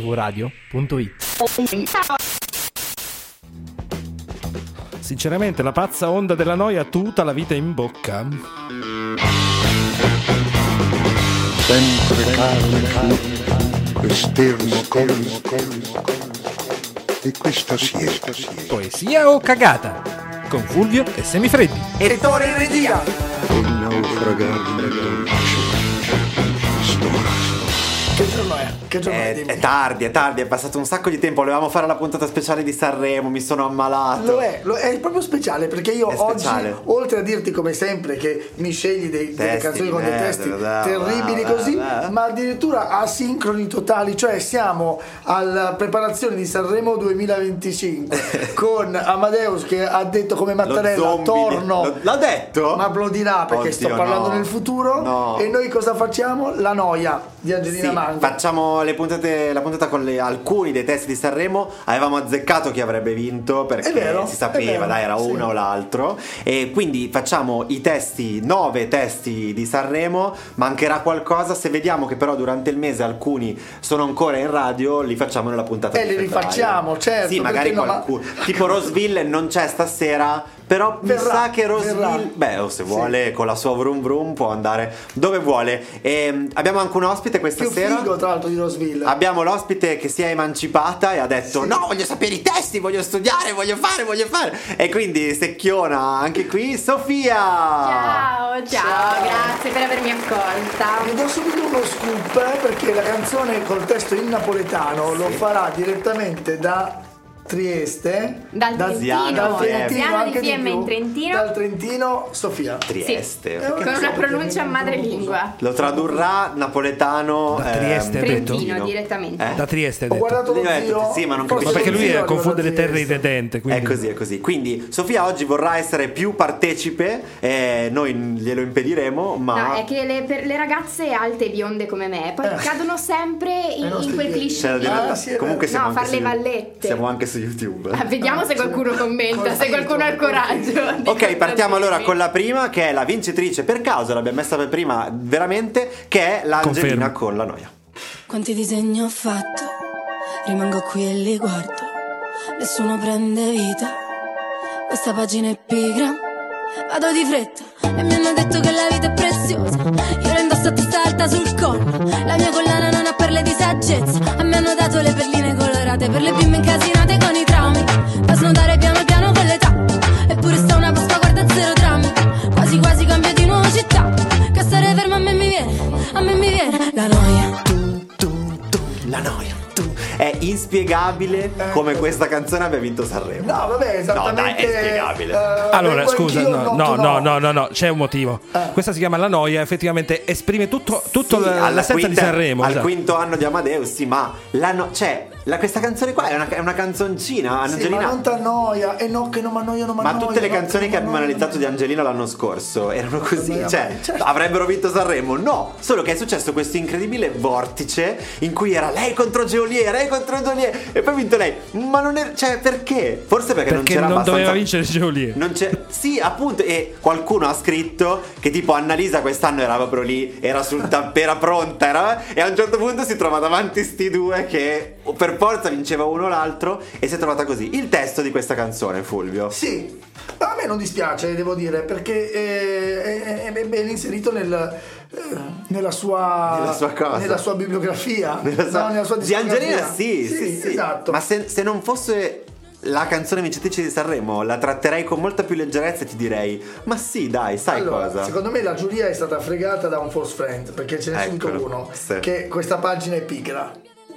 mvradio.it. Sinceramente, la pazza onda della noia tutta la vita in bocca. sempre calmo, esterno colmo, e questa siesta, siesta, Poesia o cagata? Con Fulvio e Semifreddi. il naufragar Eh, È, è tardi, è tardi, è passato un sacco di tempo. Volevamo fare la puntata speciale di Sanremo, mi sono ammalato. Lo è, lo è proprio speciale perché io È oggi, speciale. oltre a dirti come sempre che mi scegli dei- delle Testi canzoni con di dei merda, testi da, da, terribili da, da, così, da. eh? ma addirittura asincroni totali, cioè siamo alla preparazione di Sanremo 2025 con Amadeus che ha detto come Lo Mattarella zombie torno. di- lo- L'ha detto? Ma applaudirà perché Oddio, sto parlando no. nel futuro. No. E noi cosa facciamo? La noia di Sì, Angelina Mango. facciamo le puntate, la puntata con le- alcuni dei testi di Sanremo. Avevamo azzeccato chi avrebbe vinto perché È vero, si è sapeva, vero, dai, era sì. uno o l'altro. E quindi facciamo i testi, nove testi di Sanremo. Mancherà qualcosa. Se vediamo che però durante il mese alcuni sono ancora in radio, li facciamo nella puntata E di li febbraio. rifacciamo, certo, Sì, magari perché no, ma- qualcuno. Tipo Rosville non c'è stasera. Però mi Verrà, sa che Rosville. verrà. Beh, Eh, o se Sì. vuole, con la sua vroom vroom può andare dove vuole. E, abbiamo anche un ospite questa Più sera. figo tra l'altro di Rosville. Abbiamo l'ospite che si è emancipata e ha detto: Sì. No, voglio sapere i testi, voglio studiare, voglio fare, voglio fare. E quindi secchiona anche qui Sofia. Ciao, ciao, Ciao. grazie per avermi accolta. Vi do subito uno scoop eh, perché la canzone col testo in napoletano lo farà direttamente da Trieste, Dal Trentino, dal Ziano di anche Fiemme più, in Trentino. dal Trentino Sofia. Trieste. Sì. Perché Con una pronuncia madrelingua. Lo tradurrà napoletano. Da Trieste, ha detto? Trentino, direttamente. Eh? Da Trieste, ha Ho detto. guardato lo Io ho detto zio. sì, ma non forse capisco. Ma perché lo lui zio è allora confonde le Trieste. terre irredente. Quindi... È così, è così. Quindi Sofia oggi vorrà essere più partecipe, eh, noi glielo impediremo, ma... No, è che le, per- le ragazze alte e bionde come me poi Eh. cadono sempre in, Ai nostri in quel piedi. C'è da cliché. lì. dire Cioè, la eh. Ah, verità. sì, è Comunque vero. siamo No, anche far le su- vallette. Siamo anche su YouTube. Ah, Vediamo se Sì. qualcuno commenta, se qualcuno ha il coraggio. di Ok, partiamo allora contattarmi. con la prima che è la vincitrice per caso, l'abbiamo messa per prima veramente, che è l'Angelina Confermo. con la noia. Quanti disegni ho fatto, rimango qui e li guardo. Nessuno prende vita, questa pagina è pigra. Vado di fretta e mi hanno detto che la vita è preziosa. Io la indosso a testa alta sul collo. La mia collana non ha perle di saggezza. A me hanno dato le perline colorate per le bimbe incasinate con i traumi. Da snodare piano piano con l'età. Eppure sta una Pasqua, guarda zero drammi. Quasi quasi cambio di nuovo città. Che stare fermo a me mi viene, a me mi viene la noia. Tu, tu, tu, la noia, tu. È inspiegabile come questa canzone abbia vinto Sanremo. Eh, No, vabbè, esattamente. No, dai, è spiegabile. eh, Allora, vengo scusa, anch'io, no, no, no, no, no, no, c'è un motivo. Questa si chiama La Noia, effettivamente esprime tutto, tutto Ah. Sì, la- alla l'essenza di quinta- Sanremo. Al esatto. quinto anno di Amadeus, sì, ma la no- cioè, la- questa canzone qua è una, è una canzoncina, Sì, Angelina. ma non t'annoia, e no, che non m'annoia, non Ma m'annoia. tutte le no, canzoni non che abbiamo m'annoia. analizzato di Angelina l'anno scorso erano così, Vabbè, cioè vabbè, certo. avrebbero vinto Sanremo? No, solo che è successo questo incredibile vortice in cui era lei contro Geolier, lei contro Geolier e poi ha vinto lei. Ma non era, cioè perché? Forse perché, non Perché c'era non, abbastanza doveva vincere Geolier. non c'è. Sì, appunto. E qualcuno ha scritto che tipo Annalisa quest'anno era proprio lì, era sul tappera pronta. Era, e a un certo punto si trova davanti sti due che per forza vinceva uno o l'altro. E si è trovata così. Il testo di questa canzone, Fulvio. Sì, a me non dispiace, devo dire, perché eh, è, è- è ben inserito nel, eh, nella sua Nella sua cosa. nella sua bibliografia, Nella sua- no, nella sua di Angelina, discografia. sì, sì, sì. esatto. Ma se, se non fosse. La canzone vincitrice di Sanremo la tratterei con molta più leggerezza e ti direi: Ma sì, dai, sai Allora, cosa? Secondo me la giuria è stata fregata da un false friend, perché ce n'è subito Eccolo, uno sì. che questa pagina è pigra.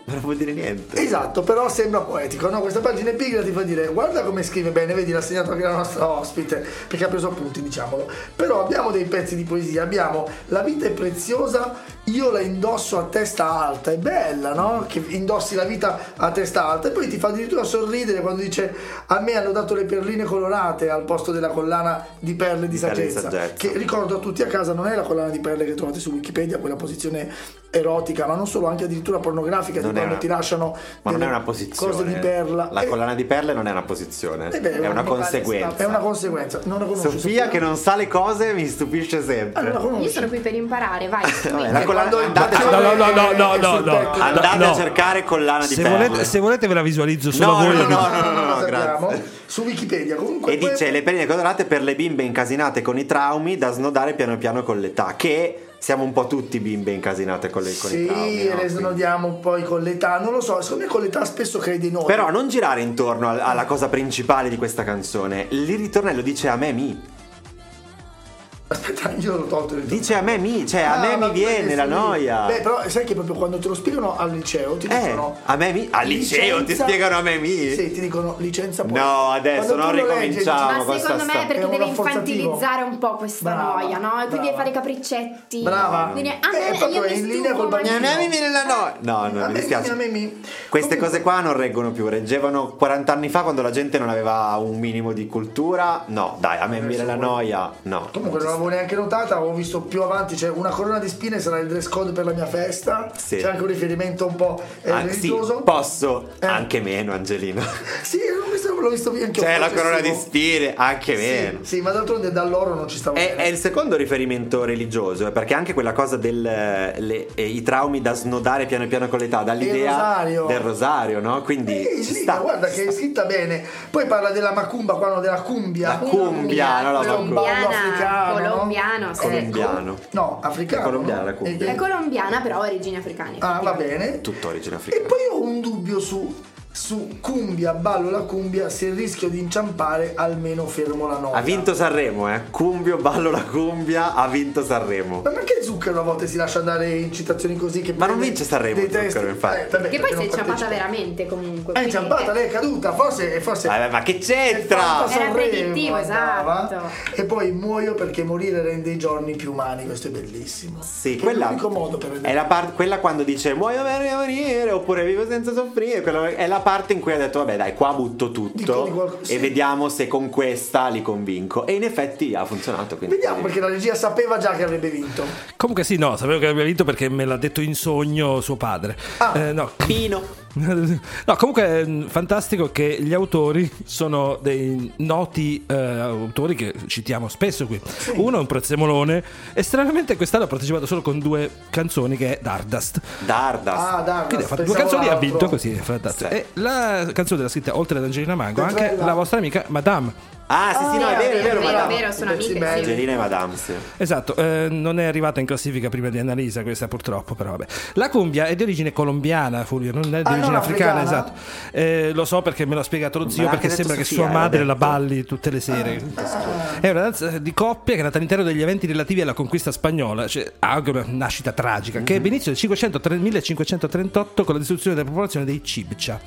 Non vuol dire niente. Esatto, però sembra poetico, no? Questa pagina è pigra ti fa dire guarda come scrive bene, vedi l'ha segnato anche la nostra ospite, perché ha preso appunti, diciamolo. Però abbiamo dei pezzi di poesia, abbiamo La vita è preziosa, io la indosso a testa alta, è bella, no? Che indossi la vita a testa alta e poi ti fa addirittura sorridere quando dice a me hanno dato le perline colorate al posto della collana di perle di Perle di saggezza, saggezza. che ricordo a tutti a casa non è la collana di perle che trovate su Wikipedia, quella posizione erotica, ma non solo, anche addirittura pornografica, Non di è quando una- ti lasciano Ma non è delle una posizione. cose di perla. La Eh, collana di perle non è una posizione, eh è, beh, una mi pare conseguenza. sia- È una conseguenza. Non la conosco. Sofia, che non sa le cose mi stupisce Ah, non la sempre. conosci. Io sono qui per imparare, vai. Vabbè, strumenti. la collana, eh, Quando il andate No, no, no, no, no, Eh, no, sul no. petto. No, Andate no. a cercare collana di Se perle. volete, se volete ve la visualizzo solo No, voi. no, no. lo grazie. sappiamo. Su Wikipedia comunque. E poi- dice le perline colorate per le bimbe incasinate con i traumi da snodare piano piano con l'età, che siamo un po' tutti bimbe incasinate con, le, con i Sì, traumi. no? e le snodiamo poi con l'età. Non lo so, secondo me con l'età spesso credi noi. Però non girare intorno al- alla cosa principale di questa canzone. Il ritornello dice a me mi. Aspetta, io l'ho tolto il Dice a me mi, cioè a Ah, me ma mi viene quindi la sì. noia. Beh, però sai che proprio quando te lo spiegano al liceo ti eh, dicono. a me mi. Al liceo ti licenza- spiegano a me mi. Sì, ti dicono licenza poetica. No, adesso Quando tu non lo leggi, ricominciamo. dici, no, Ma questa secondo sta- me è perché un deve rafforzativo. infantilizzare un po' questa Brava, noia, no? E quindi brava. devi fare i capriccetti. Brava. Quindi, ah, Eh, io proprio mi in linea stufo, col ma- A bambino. me mi viene la noia. No, no, A mi me dispiace. mi, a me mi. Comunque- Queste cose qua non reggono più, reggevano 40 anni fa quando la gente non aveva un minimo di cultura. No, dai, Eh, a me mi viene la noia. No. Comunque non l'avevo neanche notata, avevo visto più avanti, c'è una corona di spine sarà il dress code per la mia festa. Sì. C'è anche un riferimento un po' eh, Ah, sì, religioso. posso Eh. anche meno, Angelina. Sì, questo l'ho visto anche C'è la corona di spine, Eh, anche Sì, meno. sì, ma d'altronde dall'oro non ci stavo È, bene. è il secondo riferimento religioso, eh, perché anche quella cosa del eh, le- eh, i traumi da snodare piano piano con l'età, dall'idea rosario. del rosario, no? Quindi Eh, ci sì, sta. guarda che è scritta bene. Poi parla della macumba, qua no, della cumbia. La cumbia, no, la Ballo colombiana, africano, no? colombiano, sì. Colombiano. No, africano. È colombiana no? la cumbia. È colombiana, però ha origini africane. Ah, va bene. Tutto origine E africana. poi ho un dubbio su, su cumbia, ballo la cumbia, se rischio di inciampare almeno fermo la nota. Ha vinto Sanremo, eh. Cumbio, ballo la cumbia, ha vinto Sanremo. Ma perché Zucchero a volte si lascia andare in citazioni così che Ma non prende vince Sanremo, dei testi? Eh, Zucchero, infatti. vabbè, perché Che poi si è non inciampata partecipa. Eh, Ah, veramente comunque. È quindi- inciampata, lei è caduta, forse... forse Vabbè, ma che c'entra? Era predittivo, esatto. E poi muoio perché morire rende i giorni più umani, questo è bellissimo. Sì, Che quella è l'unico modo per è la parte quella quando dice muoio per morire oppure vivo senza soffrire, quella è la parte in cui ha detto vabbè dai, qua butto tutto Dico di qualcosa- e sì. vediamo se con questa li convinco. E in effetti ha funzionato, quindi Vediamo perché la regia sapeva già che avrebbe vinto. Comunque sì, no, sapevo che aveva vinto perché me l'ha detto in sogno suo padre. Eh, no. Pino No, comunque è mh, fantastico che gli autori sono dei noti eh, autori che citiamo spesso qui. Uno è un prezzemolone e stranamente quest'anno ha partecipato solo con due canzoni che è Dardust. Dardas. Ah, dai, Quindi ha fatto due canzoni e ha vinto così, è fantastico. Sì. E la canzone della scritta oltre ad Angelina Mango, Petrella. anche la vostra amica Madame. Ah, sì, sì, no, è vero, è vero, vero, madame. vero, sono Pezzi amiche, belli. sì. Angelina e madame, sì. Esatto, eh, non è arrivata in classifica prima di Annalisa, questa purtroppo, però vabbè. La cumbia è di origine colombiana, Fulvio, non è di Ah, origine non africana, africana? esatto. Eh, lo so perché me l'ha spiegato lo zio, l'ha perché anche sembra che detto sua Sofia, madre l'ha la detto. Ah, balli tutte le sere. È una danza di coppia che è nata all'interno degli eventi relativi alla conquista spagnola, cioè ha anche una nascita tragica, che ebbe inizio nel 500 1538 con la distruzione della popolazione dei Cibcia.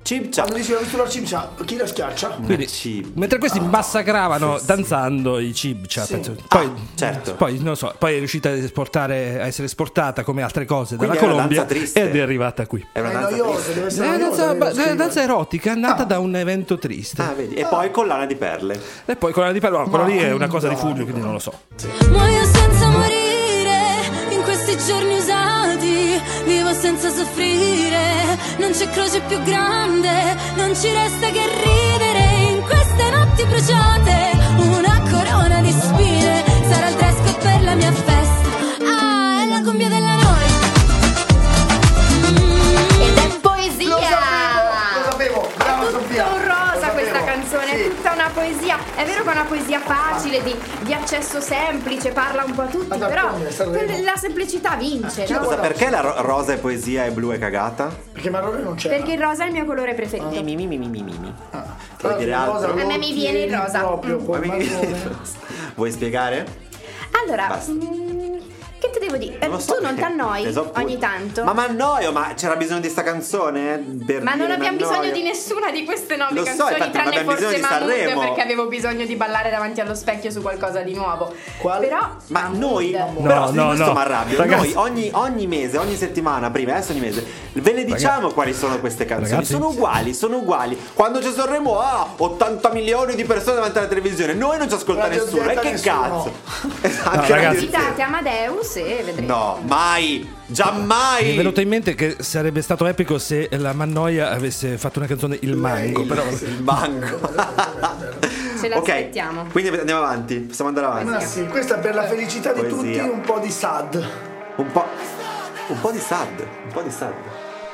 Cipcia. Quando dice la pistola cimcia, chi la schiaccia? Quindi, Cib- mentre questi massacravano danzando i cibcia, penso. poi, Ah, certo. poi, non so, poi è riuscita a, esportare- a essere esportata come altre cose dalla Quindi è una Colombia danza triste. ed è arrivata qui. È una È danza noioso, triste. deve È essere una danza, noioso, ba- devo è una danza scrivere. erotica nata da un evento triste. Ah, vedi. E poi collana di perle. E poi quella di Palermo, quella lì Ah, è una cosa di no. Fulvio, quindi non lo so. Muoio senza morire, in questi giorni usati, vivo senza soffrire, non c'è croce più grande, non ci resta che ridere in queste notti bruciate, una corona di spine, sarà il tresco per la mia festa, ah, è la cumbia della noia. Mm. Ed è poesia! Lo sapevo, lo sapevo, brava Tutto Sofia. un Lo rosa sapevo. questa canzone, è Sì. tutta una poesia. È vero che è una poesia facile, di, di accesso semplice, parla un po' a tutti, Ad però Antonio, Sanremo. per- la semplicità vince, Chi no? lo Cosa, perché la ro- rosa è poesia e blu è cagata? Perché Marrone non c'è. Perché il rosa è il mio colore preferito. Mi mi mi mi mi mi mi. Tra Vuoi dire l'altro altro? Ah, Rosa A me lo mi viene il tieni rosa. Proprio Mm. col Marrone. Vuoi spiegare? Allora, Basta. mm, che ti devo dire? lo Eh, so tu non ti perché. annoi Esatto. ogni tanto? Ma mi annoio, ma c'era bisogno di sta canzone? Eh? Per Ma dire non abbiamo m'annoio. bisogno di nessuna di queste nove Lo so, canzoni, infatti, non tranne abbiamo forse bisogno di Mahmood Sanremo. perché avevo bisogno di ballare davanti allo specchio su qualcosa di nuovo. Quale? Però Ma Mahmood. noi, No, però, no, no, questo no. mi arrabbio. Ragazzi- Noi ogni, ogni mese, ogni settimana, prima, eh, adesso ogni mese, ve le diciamo quali sono queste canzoni. Ragazzi- Sono uguali, sono uguali. Quando c'è Sanremo, ah, 80 milioni di persone davanti alla televisione. Noi non ci ascolta Radio nessuno. E Zeta che nessuno. cazzo? Esatto, No, ragazzi. Radio Zeta. Citate Amadeus e te, vedremo. No, mai! Giammai! Mi è venuto in mente che sarebbe stato epico se la Mannoia avesse fatto una canzone Il Mango, però il banco. Ce ok, l'aspettiamo. quindi andiamo avanti, possiamo andare avanti. Ma sì, questa per la felicità di tutti, Poesia. un po' di sad. Un po', un po' di SAD, un po' di SAD.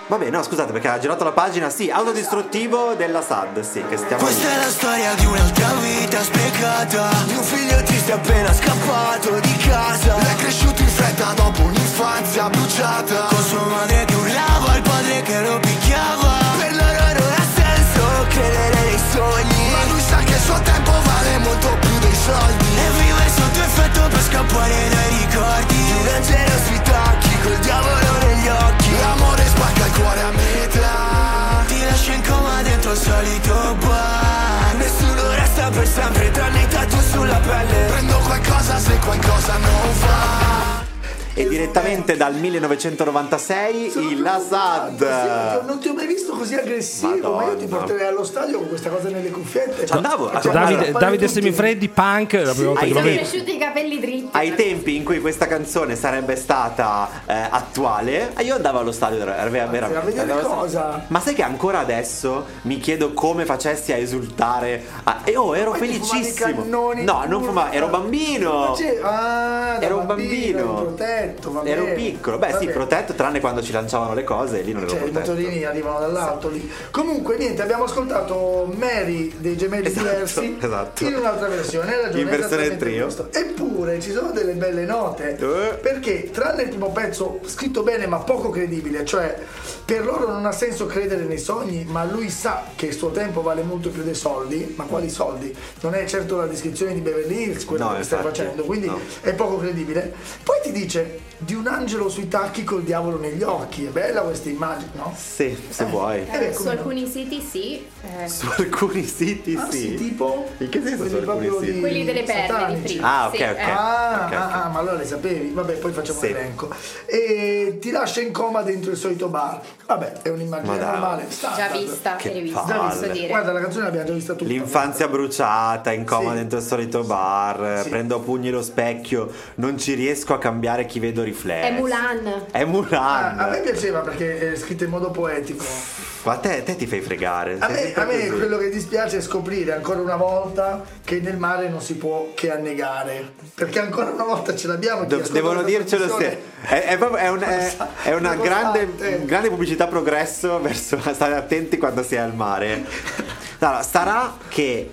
Vabbè, no, scusate perché ha girato la pagina, sì, autodistruttivo della SAD, sì, che stiamo... Questa è la storia di un'altra vita sprecata Di un figlio triste appena scappato di casa È cresciuto in fretta dopo un'infanzia bruciata Con sua madre che urlava, il padre che lo picchiava Per loro non ha senso credere nei sogni Ma lui sa che il suo tempo vale molto più dei soldi E vive sotto effetto per scappare dai ricordi Di una generosità, chi col diavolo negli occhi L'amore spacca il cuore a metà Ti lascia in coma dentro il solito bar Nessuno resta per sempre tranne i tatu sulla pelle Prendo qualcosa se qualcosa non va E direttamente dal 1996 il la Sì, SAD. Non ti ho mai visto così aggressivo, ma io ti Eh, Madonna. porterei allo stadio con questa cosa nelle cuffiette. Ci andavo, Cioè, cioè, Davide, guarda, Davide tutti. Semifreddi, punk, è la prima volta hai che Sono lo capito. vedo. cresciuti i capelli dritti. Ai tempi in cui questa canzone sarebbe stata eh, attuale, eh, io andavo allo stadio ver- ver- veramente. a vedere andavo allo stadio. cosa? Ma sai che ancora adesso mi chiedo come facessi a esultare. a- E oh, ero Poi ti fumavi i felicissimo. cannoni, no, non curva. fumavo, ero bambino. Cioè, ah, da Ero un bambino. eri protetto, va Ero bene. piccolo, beh Va sì, bene. protetto tranne quando ci lanciavano le cose, lì non ero Cioè, i protetto. motorini arrivano dall'auto lì. Comunque, niente, abbiamo ascoltato Mary dei gemelli Esatto, diversi esatto. in un'altra versione. hai ragione, In versione esattamente trio. questo. Eppure ci sono delle belle note. Eh. Perché, tranne il primo pezzo scritto bene ma poco credibile, cioè per loro non ha senso credere nei sogni, ma lui sa che il suo tempo vale molto più dei soldi. Ma quali soldi? Non è certo la descrizione di Beverly Hills quello No, che stai infatti, facendo, quindi no. è poco credibile. Poi ti dice di un angelo sui tacchi col diavolo negli occhi. È bella questa immagine, no? Sì, se vuoi. Eh, su come no? alcuni siti sì, eh, Su alcuni siti Ah, sì, sì. tipo? In che senso Quelli su alcuni proprio siti? di- quelli delle perle di satanici. prima. Ah, ok, sì, ok. eh. Ah, Ok, ah, ok. ah, ma allora le sapevi? Vabbè, poi facciamo Sì. l'elenco. E ti lascia in coma dentro il solito bar. Vabbè, è un'immagine Ma dai. normale. Già standard. vista Che e rivista, palle. posso dire. Guarda, la canzone l'abbiamo già vista tutta. L'infanzia bruciata, in coma Sì. dentro il solito bar, Sì. prendo a pugni lo specchio, non ci riesco a cambiare chi vedo riflesso. È Mulan. È Mulan. Ah, a me piaceva perché è scritta in modo poetico. Ma te, te ti fai fregare. A sei me, sempre a me così. quello che dispiace è scoprire ancora una volta che nel mare non si può che annegare. Perché ancora una volta ce l'abbiamo. chi Do- ascolta devono questa dircelo se. trasmissione- È, è proprio- è un- è- è una Costante. grande, grande pubblicità progresso verso stare attenti quando si è al mare. Allora, sarà che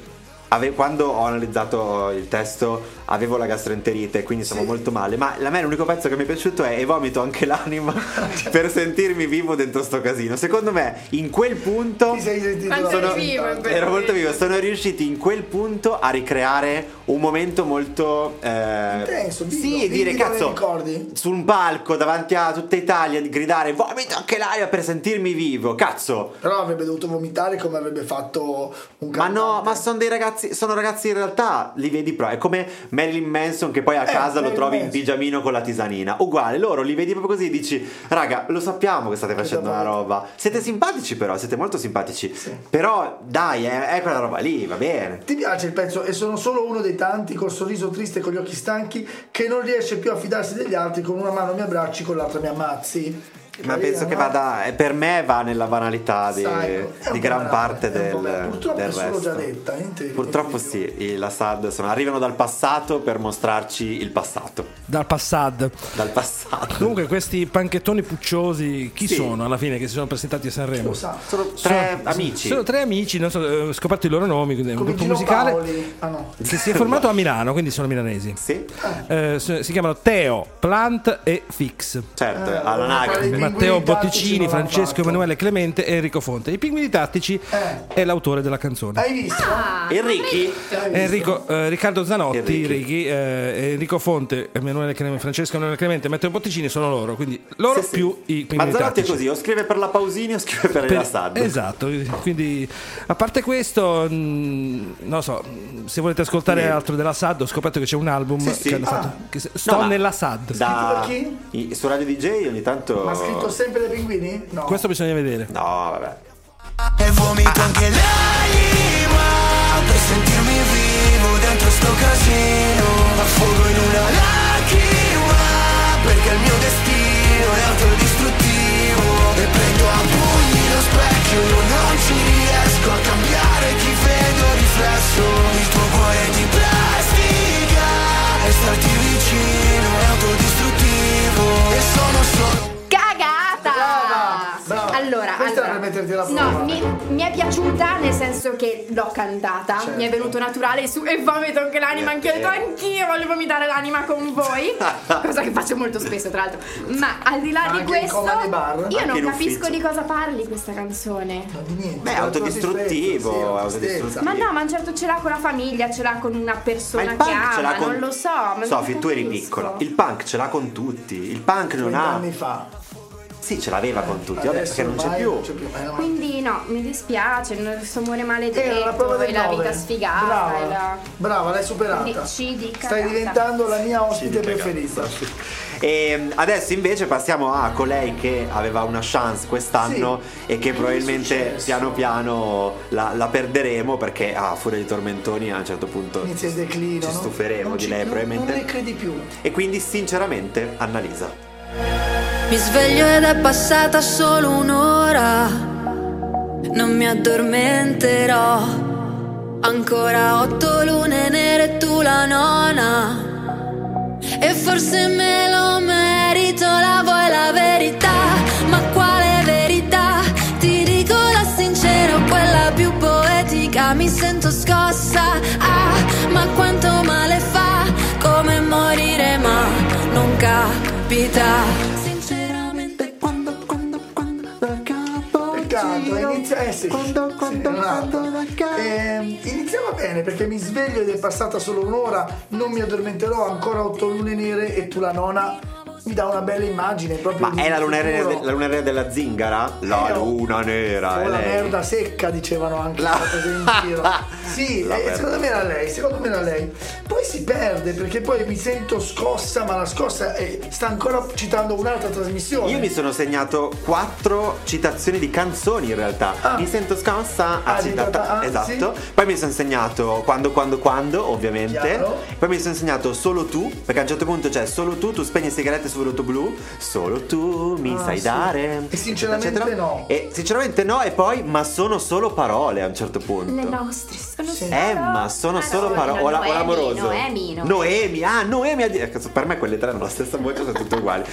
ave- quando ho analizzato il testo avevo la gastroenterite, quindi stavo molto male, ma a me l'unico pezzo che mi è piaciuto è E vomito anche l'anima per sentirmi vivo dentro sto casino. Secondo me, in quel punto... Ti sei sentito Quanto è rappresentato. vivo, è Ero molto vivo, sono riusciti in quel punto a ricreare un momento molto eh, Intenso, vivo, Sì, vivido dire nei cazzo, ricordi. su un palco davanti a tutta Italia di gridare vomito anche l'aria per sentirmi vivo, cazzo. Però avrebbe dovuto vomitare come avrebbe fatto un Ma cantante. no, ma sono dei ragazzi, sono ragazzi in realtà, li vedi proprio, è come Marilyn Manson che poi a Eh, casa lo Marilyn trovi in Manson. pigiamino con la tisanina. Uguale, loro li vedi proprio così e dici, raga, lo sappiamo che state facendo una roba. Siete simpatici però, siete molto simpatici. Però dai, è, è quella roba lì, va bene. Ti piace il pezzo e sono solo uno dei tanti col sorriso triste e con gli occhi stanchi che non riesce più a fidarsi degli altri, con una mano mi abbracci, con l'altra mi ammazzi. Ma Carina, penso che no? vada, eh, per me va nella banalità di, Sai, è un po' di gran banale, parte è un po' del, banale. Purtroppo del è solo resto. già detta, eh, niente di- Purtroppo niente di sì, i- la SAD sono- arrivano dal passato per mostrarci il passato. Dal Passad. Dal passato. Comunque, questi panchettoni pucciosi, chi Sì. sono alla fine che si sono presentati a Sanremo? Lo sa. sono tre amici. Sono tre amici, non so, eh, ho scoperto i loro nomi, quindi è un Come gruppo Gino musicale Paoli. Ah no. che si è formato a Milano, quindi sono milanesi. Sì, Eh, so- si chiamano Teo, Plant e Fix. certo, Eh, all'anagrafe. I Matteo pinguini tattici Botticini, non l'hanno Francesco fatto. Emanuele Clemente e Enrico Fonte. I pinguini tattici Eh. è l'autore della canzone. Hai visto? Ah, Enrichi? Enrico, eh, Riccardo Zanotti, Enrichi. Righi, eh, Enrico Fonte, Emanuele Clemente, Francesco Emanuele Clemente, Matteo Botticini sono loro, quindi loro Sì, sì. più i primi Ma Zanotti è tattici. così, o scrive per la Pausini o scrive per, Per- la SAD. esatto, quindi a parte questo, mh, non so, mh, se volete ascoltare altro della SAD, ho scoperto che c'è un album sì. che hanno Ah. fatto. Che se- Sto ma- nella SAD. Da, Scritto da i- su Radio DJ ogni tanto... Ma ha scritto sempre dai pinguini? No. Questo bisogna vedere. No, vabbè. E vomito anche l'anima Per sentirmi vivo dentro sto casino Affogo in una lacrima Perché il mio destino è autodistruttivo E prendo a pugni lo specchio Io non ci riesco a cambiare chi vedo riflesso Il tuo cuore di plastica E starti vicino è autodistruttivo E sono solo Cagata! Brava, brava. Allora, Questa era allora. per metterti alla prova. No, mi, mi è piaciuta nel senso che l'ho cantata, Certo. mi è venuto naturale su e vomito anche l'anima, anche ho detto anch'io voglio vomitare l'anima con voi, cosa che faccio molto spesso tra l'altro. Ma al di là Ma di anche in questo, coma di bar? io Anche non in capisco ufficio. di cosa parli questa canzone. Di niente. Beh, la autodistruttivo, tristezza, sì, la autodistruttivo. tristezza. Ma no, ma un certo ce l'ha con la famiglia, ce l'ha con una Ma persona il che punk ce l'ha ama, con. non lo so. Ma Sofì, non tu eri capisco. piccola. Il punk ce l'ha con tutti. Il punk non ha. Vent'anni fa. Sì, ce l'aveva con tutti. Vabbè, Adesso perché non c'è ormai più. non c'è più. eh, no. Quindi no, mi dispiace, non- questo amore Era la prova maledetto del e la nove. vita sfigata Brava, e la... brava, l'hai superata. Quindi ci di Stai cagata. diventando la mia ospite preferita. E Ehm, adesso invece passiamo a colei che aveva una chance quest'anno e che probabilmente successo? piano piano la, la perderemo perché a furia di tormentoni a un certo punto Inizia il declino. ci no? stuferemo Non di ci- lei non- probabilmente. Non ne credi più. E quindi sinceramente Annalisa. Mi sveglio ed è passata solo un'ora. Non mi addormenterò. Ancora otto lune nere e tu la nona. E forse me lo merito, la vuoi la verità. Ma quale verità? Ti dico la sincera, quella più poetica. Mi sento scossa. Ah, ma quanto male fa? Come morire, ma non capita. Sinceramente, quando, quando, quando la capo. Peccato, inizia. Eh sì. Sì, è un altro. Ehm, iniziamo bene perché mi sveglio ed è passata solo un'ora. Non mi addormenterò ancora otto lune nere e tu la nona mi dà una bella immagine proprio. Ma di è la luna, nera, futuro. la luna nera della zingara? La Eh, oh. luna nera, O è la lei. merda secca dicevano anche La- la... in giro. Sì, La eh, merda. secondo me era lei, secondo me era lei. Poi si perde perché poi mi sento scossa, ma la scossa eh, sta ancora citando un'altra trasmissione. Io mi sono segnato quattro citazioni di canzoni in realtà. Ah. Mi sento scossa, ha Ah, citata, citata. ah, esatto. Poi mi sono segnato quando, quando, quando, ovviamente. Chiaro. Poi mi sono segnato solo tu, perché a un certo punto c'è solo tu, tu spegni sigarette sul voto blu. Solo tu mi Ah, sai sì. dare. E sinceramente no. E sinceramente no, e poi, ma sono solo parole a un certo punto. Le nostre sono solo Eh, ma sono ah, solo parole. O, la- o l'amoroso. Noemi, no. Noemi, ah, Noemi. ha di- eh, cazzo, Per me quelle tre hanno la stessa voce, sono tutte uguali.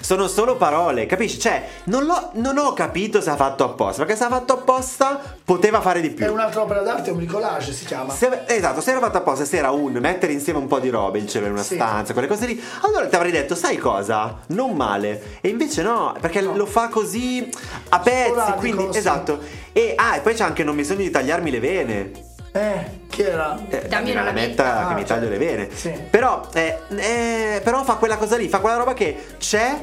Sono solo parole, capisci? Cioè, non, l'ho- non ho capito se ha fatto apposta. Perché se ha fatto apposta, poteva fare di È più. un'altra opera d'arte, un bricolage si chiama. Se ave- esatto, se era fatto apposta, se era un mettere insieme un po' di robe, il cielo in una Sì. stanza, quelle cose lì, allora ti avrei detto, sai cosa? Non male. E invece no, perché lo fa così a pezzi. Sporadico, quindi, sì. esatto. E, ah, e poi c'è anche non mi sogno di tagliarmi le vene. Eh, chi era? Eh, Dammi dammi una una lametta. lametta che Ah, mi cioè, taglio le vene. sì. Però, eh, eh, però fa quella cosa lì, fa quella roba che c'è,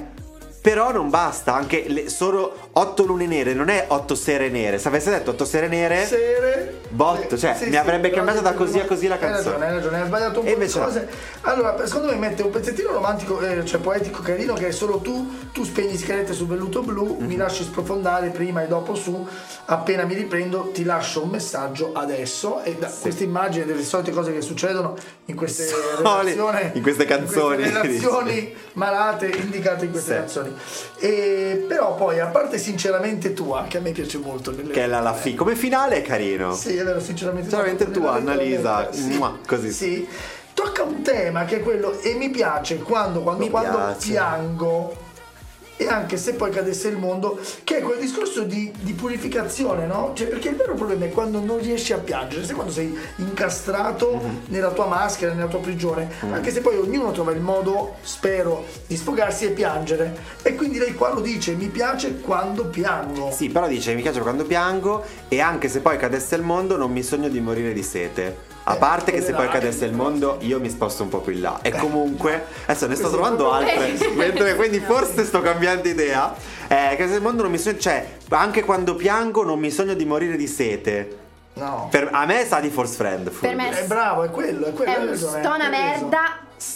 però non basta. Anche le- solo 8 lune nere, non è 8 sere nere. Se avesse detto 8 sere nere, Sere. Botto, cioè, mi avrebbe però cambiato da detto, così a così la canzone. Hai ragione, hai ragione, hai sbagliato un E po' di invece no. cose. Allora, per- secondo me mette un pezzettino romantico, eh, cioè poetico carino, che è solo tu, tu spegni sigarette sul velluto blu, mi Mhm. lasci sprofondare prima e dopo su, appena mi riprendo ti lascio un messaggio adesso e da questa immagine delle solite cose che succedono in queste Soli- relazioni, in queste canzoni. in queste relazioni malate indicate in queste Sì. canzoni. E, però poi, a parte sinceramente tua, che a me piace molto, nelle- che è la, la fi- come finale è carino. sì, è vero, sinceramente. Sinceramente no, tu, nella Annalisa, lettera, sì. mua, così. Sì. Tocca un tema che è quello e mi piace quando, quando, Mi quando piace. piango e anche se poi cadesse il mondo, che è quel discorso di, di purificazione, no? Cioè, perché il vero problema è quando non riesci a piangere, sai quando sei incastrato Mhm. nella tua maschera, nella tua prigione, anche se poi ognuno trova il modo, spero, di sfogarsi e piangere. E quindi lei qua lo dice, mi piace quando piango. Sì, però dice mi piace quando piango e anche se poi cadesse il mondo non mi sogno di morire di sete. A Eh, parte che se quella- poi cadesse il mondo io mi sposto un po' più in là. Eh. E comunque adesso ne sto Questo trovando proprio- altre. mentre- quindi forse sto cambiando idea. Eh, che se il mondo non mi sogno. Cioè, anche quando piango non mi sogno di morire di sete. No. Per- a me sa di Force Friend. Per me È bravo, è quello, è quello. è hai un ragione, stona hai preso. merda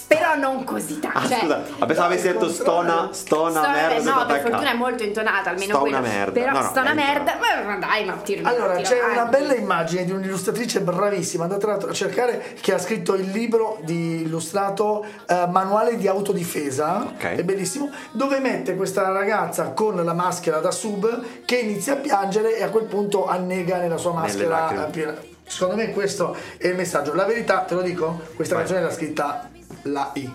Però non così tanto. Ah, cioè, scusa, ma pensavo avessi detto stona, stona, sto- no, merda. per tutta cazzo. fortuna è molto intonata, almeno Sto quello. una merda. Però No, no, sto una è merda. Ma, ma dai, ma tiro Allora, tiro c'è una avanti. bella immagine di un'illustratrice bravissima, andate a cercare, che ha scritto il libro di illustrato eh, Manuale di autodifesa, Ok. è bellissimo, dove mette questa ragazza con la maschera da sub che inizia a piangere e a quel punto annega nella sua maschera lacrime. eh, piena. Secondo me questo è il messaggio. La verità, te lo dico, questa Vai. canzone l'ha scritta la I.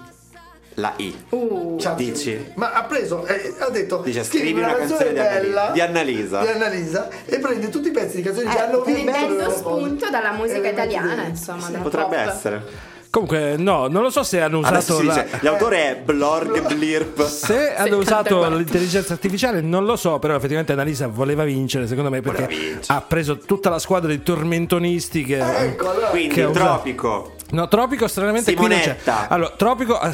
La I. Uh, Ciao, Dici? Giulio. Ma ha preso, eh, ha detto: Dice, scrivi una canzone di Annalisa- bella di Annalisa." di Annalisa", e prende tutti i pezzi di canzoni di Eh, Annalisa prendendo spunto dalla musica Eh, italiana, insomma, dalla Potrebbe pop. essere. Comunque, no, non lo so se hanno usato. Adesso si la- dice, l'autore è Blorg Blirp. Se hanno usato 74. l'intelligenza artificiale non lo so, però effettivamente Annalisa voleva vincere, secondo me, perché Voleva vincere. Eh, ha preso tutta la squadra di tormentonisti che... Ecco, allora, Quindi Che ha usato- Tropico. No, Tropico stranamente qui non c'è. Simonetta. Allora, Tropico ha,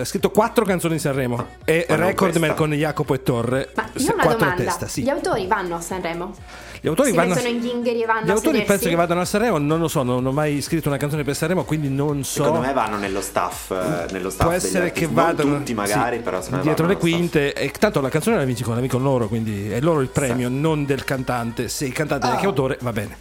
ha scritto quattro canzoni di Sanremo e Ma non recordman questa. con Jacopo e Torre. Ma se- io ho una quattro domanda. a testa, sì. Gli autori vanno a Sanremo? Gli autori si vanno a- mettono in ghingheri e vanno Gli a autori sedersi? penso che vadano a Sanremo, non lo so, non ho mai scritto una canzone per Sanremo, quindi non so. Secondo me vanno nello staff. eh, Nello staff Può degli essere artisti. che Non vadano tutti, magari, sì, però secondo me dietro vanno le nello quinte. staff. E tanto la canzone la vinci con l'amico loro, quindi è loro il premio, non del cantante. Se il cantante è anche autore, va bene.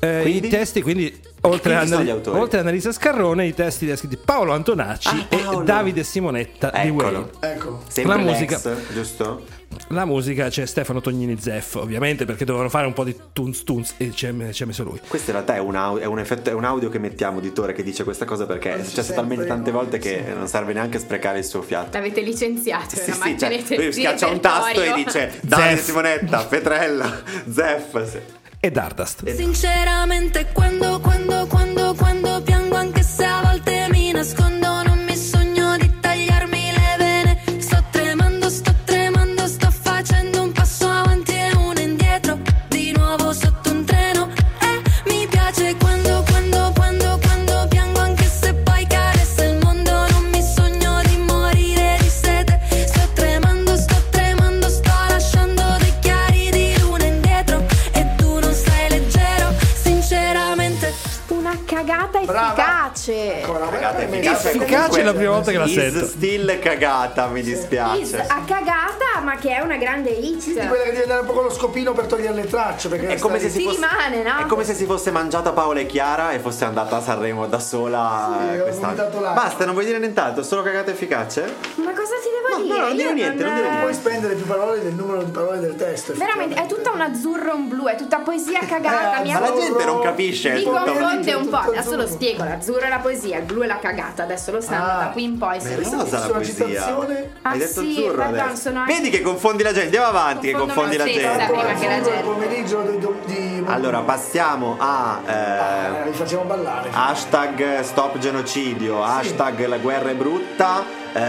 Eh, Ah. Quindi? I testi, quindi, oltre, Quindi a, sono gli Annali- autori. oltre a Annalisa Scarrone, i testi li ha scritti Paolo Antonacci Ah, Paolo. e Davide Simonetta di Wayne. Eccolo. Eccolo. Sempre La la musica. giusto? La musica c'è Stefano Tognini Zeff, ovviamente, perché dovevano fare un po' di tunz tunz e ci ha ci ha messo lui. Questo in realtà è un, au- è un effetto, è un audio che mettiamo, editore, che dice questa cosa perché è successo sempre, talmente tante no? volte che non serve neanche sprecare il suo fiato. L'avete licenziato, Sì, sì, ormai cioè, tenete lui il schiaccia un tasto e repertorio. dice Davide Zeff. Simonetta, Petrella, Zeff. sì. E Dardast. Sinceramente quando, quando, quando, quando piango anche se a volte mi nascondo non mi sogno di tagliarmi le vene Sto tremando, sto tremando, sto facendo un passo avanti e uno indietro Di nuovo sotto un treno e mi piace quando, quando, quando, quando piango anche se poi caressa il mondo Non mi sogno di morire di sete Sto tremando, sto tremando, sto lasciando dei chiari di luna indietro E tu non sei leggero, sinceramente Una cagata Brava. efficace. Ancora, Cagata veramente efficace, efficace. Efficace è la prima volta che la Is sento. still cagata, mi Is dispiace. a cagata, ma che è una grande hit. Di quella che devi dare un po' con lo scopino per togliere le tracce. Perché È come, se stai- si Ti fosse, rimane, Ah, no? è come se si fosse mangiata Paola e Chiara e fosse andata a Sanremo da sola Sì, eh, ho quest'anno. vomitato l'acqua. Basta, non vuoi dire nient'altro, solo cagata efficace? Ma cosa ti devo No, no, dire? non dire Io niente, non dire Puoi niente. spendere più parole del numero di parole del testo. eh, Veramente, è tutta un azzurro un blu, è tutta poesia cagata. Eh, mi ma Ma la Azzurro. gente non capisce. Mi tutto. confonde un po', Tutto adesso lo azzurro. spiego, l'azzurro è la poesia, il blu è la cagata, adesso lo sanno, Ah, da qui in poi se È lo sanno. rosa la Sulla poesia. citazione- Ah, Hai detto sì, azzurro pardon, adesso. sono anche- Vedi che confondi la gente, andiamo avanti che Confondono confondi la se gente. stessa, prima che la Azzurro, il gente- pomeriggio di, di- Allora, passiamo a eh, Ah. Eh, li facciamo ballare. hashtag stop genocidio, hashtag la guerra è brutta, eh,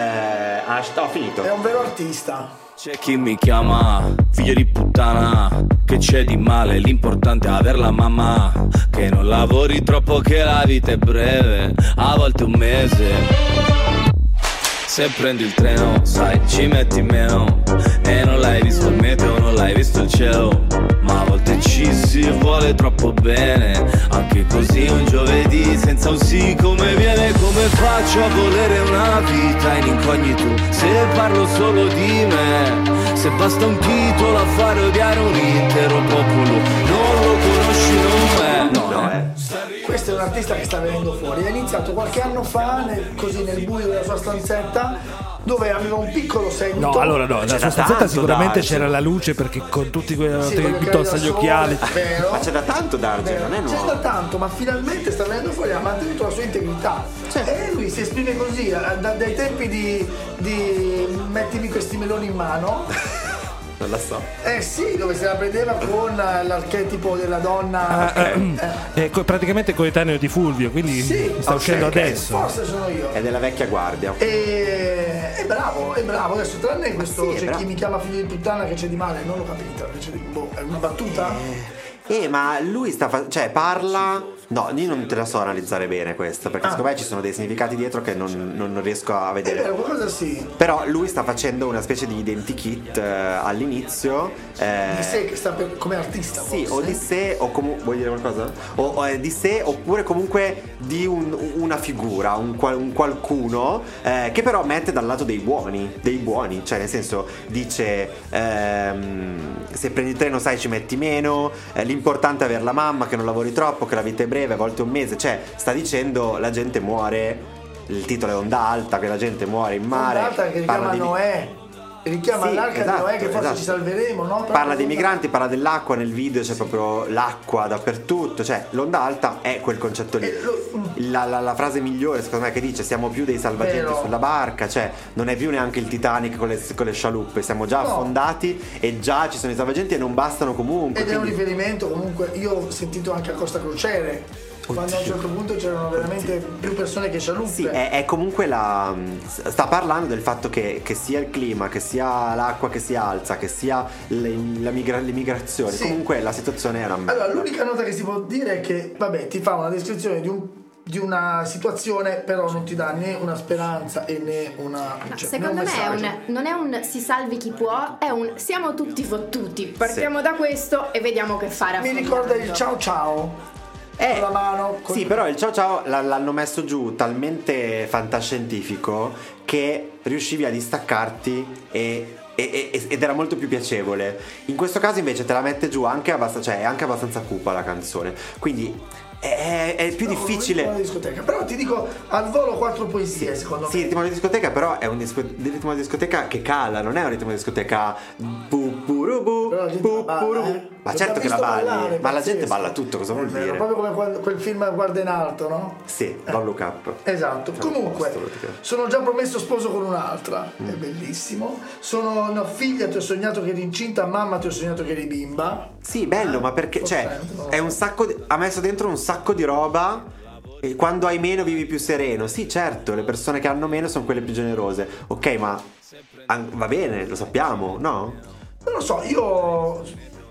hashtag... Ho finito. È un vero artista. C'è chi mi chiama figlio di puttana, che c'è di male, l'importante è aver la mamma, che non lavori troppo, che la vita è breve, a volte un mese. Se prendi il treno, sai, ci metti meno, e non l'hai visto il meteo, non l'hai visto il cielo, ma a volte ci si vuole troppo bene, anche così un giovedì senza un sì come viene, come faccio a volere una vita in incognito, se parlo solo di me, se basta un titolo a far odiare un intero popolo, non lo conosci, non me, no, No, eh. eh. Questo è un artista che sta venendo fuori. Ha iniziato qualche anno fa, nel- così nel buio della sua stanzetta, dove aveva un piccolo seguito. No, allora no, nella C'era sua stanzetta tanto sicuramente da- c'era la luce perché con tutti quei Sì, che quello che tolse gli aveva occhiali. solo, Vero. Ma c'è da tanto Darge, non è C'è da nuovo. tanto, ma finalmente sta venendo fuori, ha mantenuto la sua integrità. E lui si esprime così, eh, da- dai tempi di, di mettimi questi meloni in mano. Non la so. Eh sì, dove se la prendeva con eh, l'archetipo della Ah, donna. Eh, È mm. co- praticamente coetaneo di Fulvio, quindi Sì, eh, sta ok, uscendo ok, adesso. Forse sono io. È della vecchia guardia. E è bravo, è bravo. Adesso tranne questo sì, è c'è bravo. chi mi chiama figlio di puttana che c'è di male, non l'ho capita. che c'è di- boh, è una battuta? Eh, ma lui sta fa- cioè parla No, io non te la so analizzare bene questa, perché secondo me ci sono dei significati dietro che non, non- non riesco a È vero, vedere. qualcosa sì. Però lui sta facendo una specie di identikit eh, all'inizio. eh, Di sé che sta per, come artista. Sì, forse. o di sé, o comunque. Vuoi dire qualcosa? O, o, eh, di sé, oppure comunque di un- una figura, un, qual- un qualcuno eh, che però mette dal lato dei buoni. Dei buoni, cioè nel senso dice: ehm, se prendi il treno, sai, ci metti meno. eh, l'importante è avere la mamma, che non lavori troppo, che la vita è breve, a volte un mese. Cioè, sta dicendo la gente muore. Il titolo è Onda Alta, che la gente muore in mare. Andata che richiama parla di vi- Noè. Richiama Sì, l'arca esatto, di Noè che forse esatto. ci salveremo, no? Però Parla dei non- migranti, parla dell'acqua, nel video c'è proprio l'acqua dappertutto, cioè l'onda alta è quel concetto lì. Eh, lo- La, la- la frase migliore secondo me che dice siamo più dei salvagenti Vero. sulla barca, cioè non è più neanche il Titanic con le, con le scialuppe, siamo già No. affondati e già ci sono i salvagenti e non bastano comunque. Ed è un quindi- riferimento comunque, io ho sentito anche a Costa Crociere, quando a un certo punto c'erano veramente più persone che scialuppe. Sì, è, è comunque la. Sta parlando del fatto che, che sia il clima, che sia l'acqua che si alza, che sia le, la migra- le migrazioni. Sì. Comunque la situazione era merda. Allora, l'unica nota che si può dire è che, vabbè, ti fa una descrizione di, un- di una situazione, però non ti dà né una speranza e né una... No, cioè, secondo né un me è messaggio. un- non è un si salvi chi può, è un siamo tutti fottuti. Partiamo da questo e vediamo che fare a Mi fine ricorda il anno. ciao ciao. Eh, con la mano. Con... Sì, però il ciao ciao la- l'hanno messo giù talmente fantascientifico che riuscivi a distaccarti e- e- e- ed era molto più piacevole. In questo caso invece te la mette giù anche abbastanza, cioè è anche abbastanza cupa la canzone. Quindi è, è- è più No, con la difficile. discoteca. Però ti dico, al volo quattro poesie, secondo Sì, me. il ritmo di discoteca però è un disco- il ritmo di discoteca che cala, non è un ritmo di discoteca bu, puru, bu, Però la gente bu, la balla, puru. eh. Ma L'ho certo che la visto balli, ballare, ma la gente pazzesco. balla tutto, cosa vuol È vero, dire? Proprio come quando- quel film Guarda in alto, no? Sì, don't look up. Esatto, Cioè, comunque posto, praticamente. sono già promesso sposo con un'altra, è bellissimo. Sono no, figlia, ti ho sognato che eri incinta, mamma, ti ho sognato che eri bimba. Sì, bello, ma perché cioè, Contento. è un sacco di- ha messo dentro un sacco di roba. E quando hai meno vivi più sereno. Sì, certo, le persone che hanno meno sono quelle più generose. Ok, ma an- va bene, lo sappiamo, no? Non lo so, io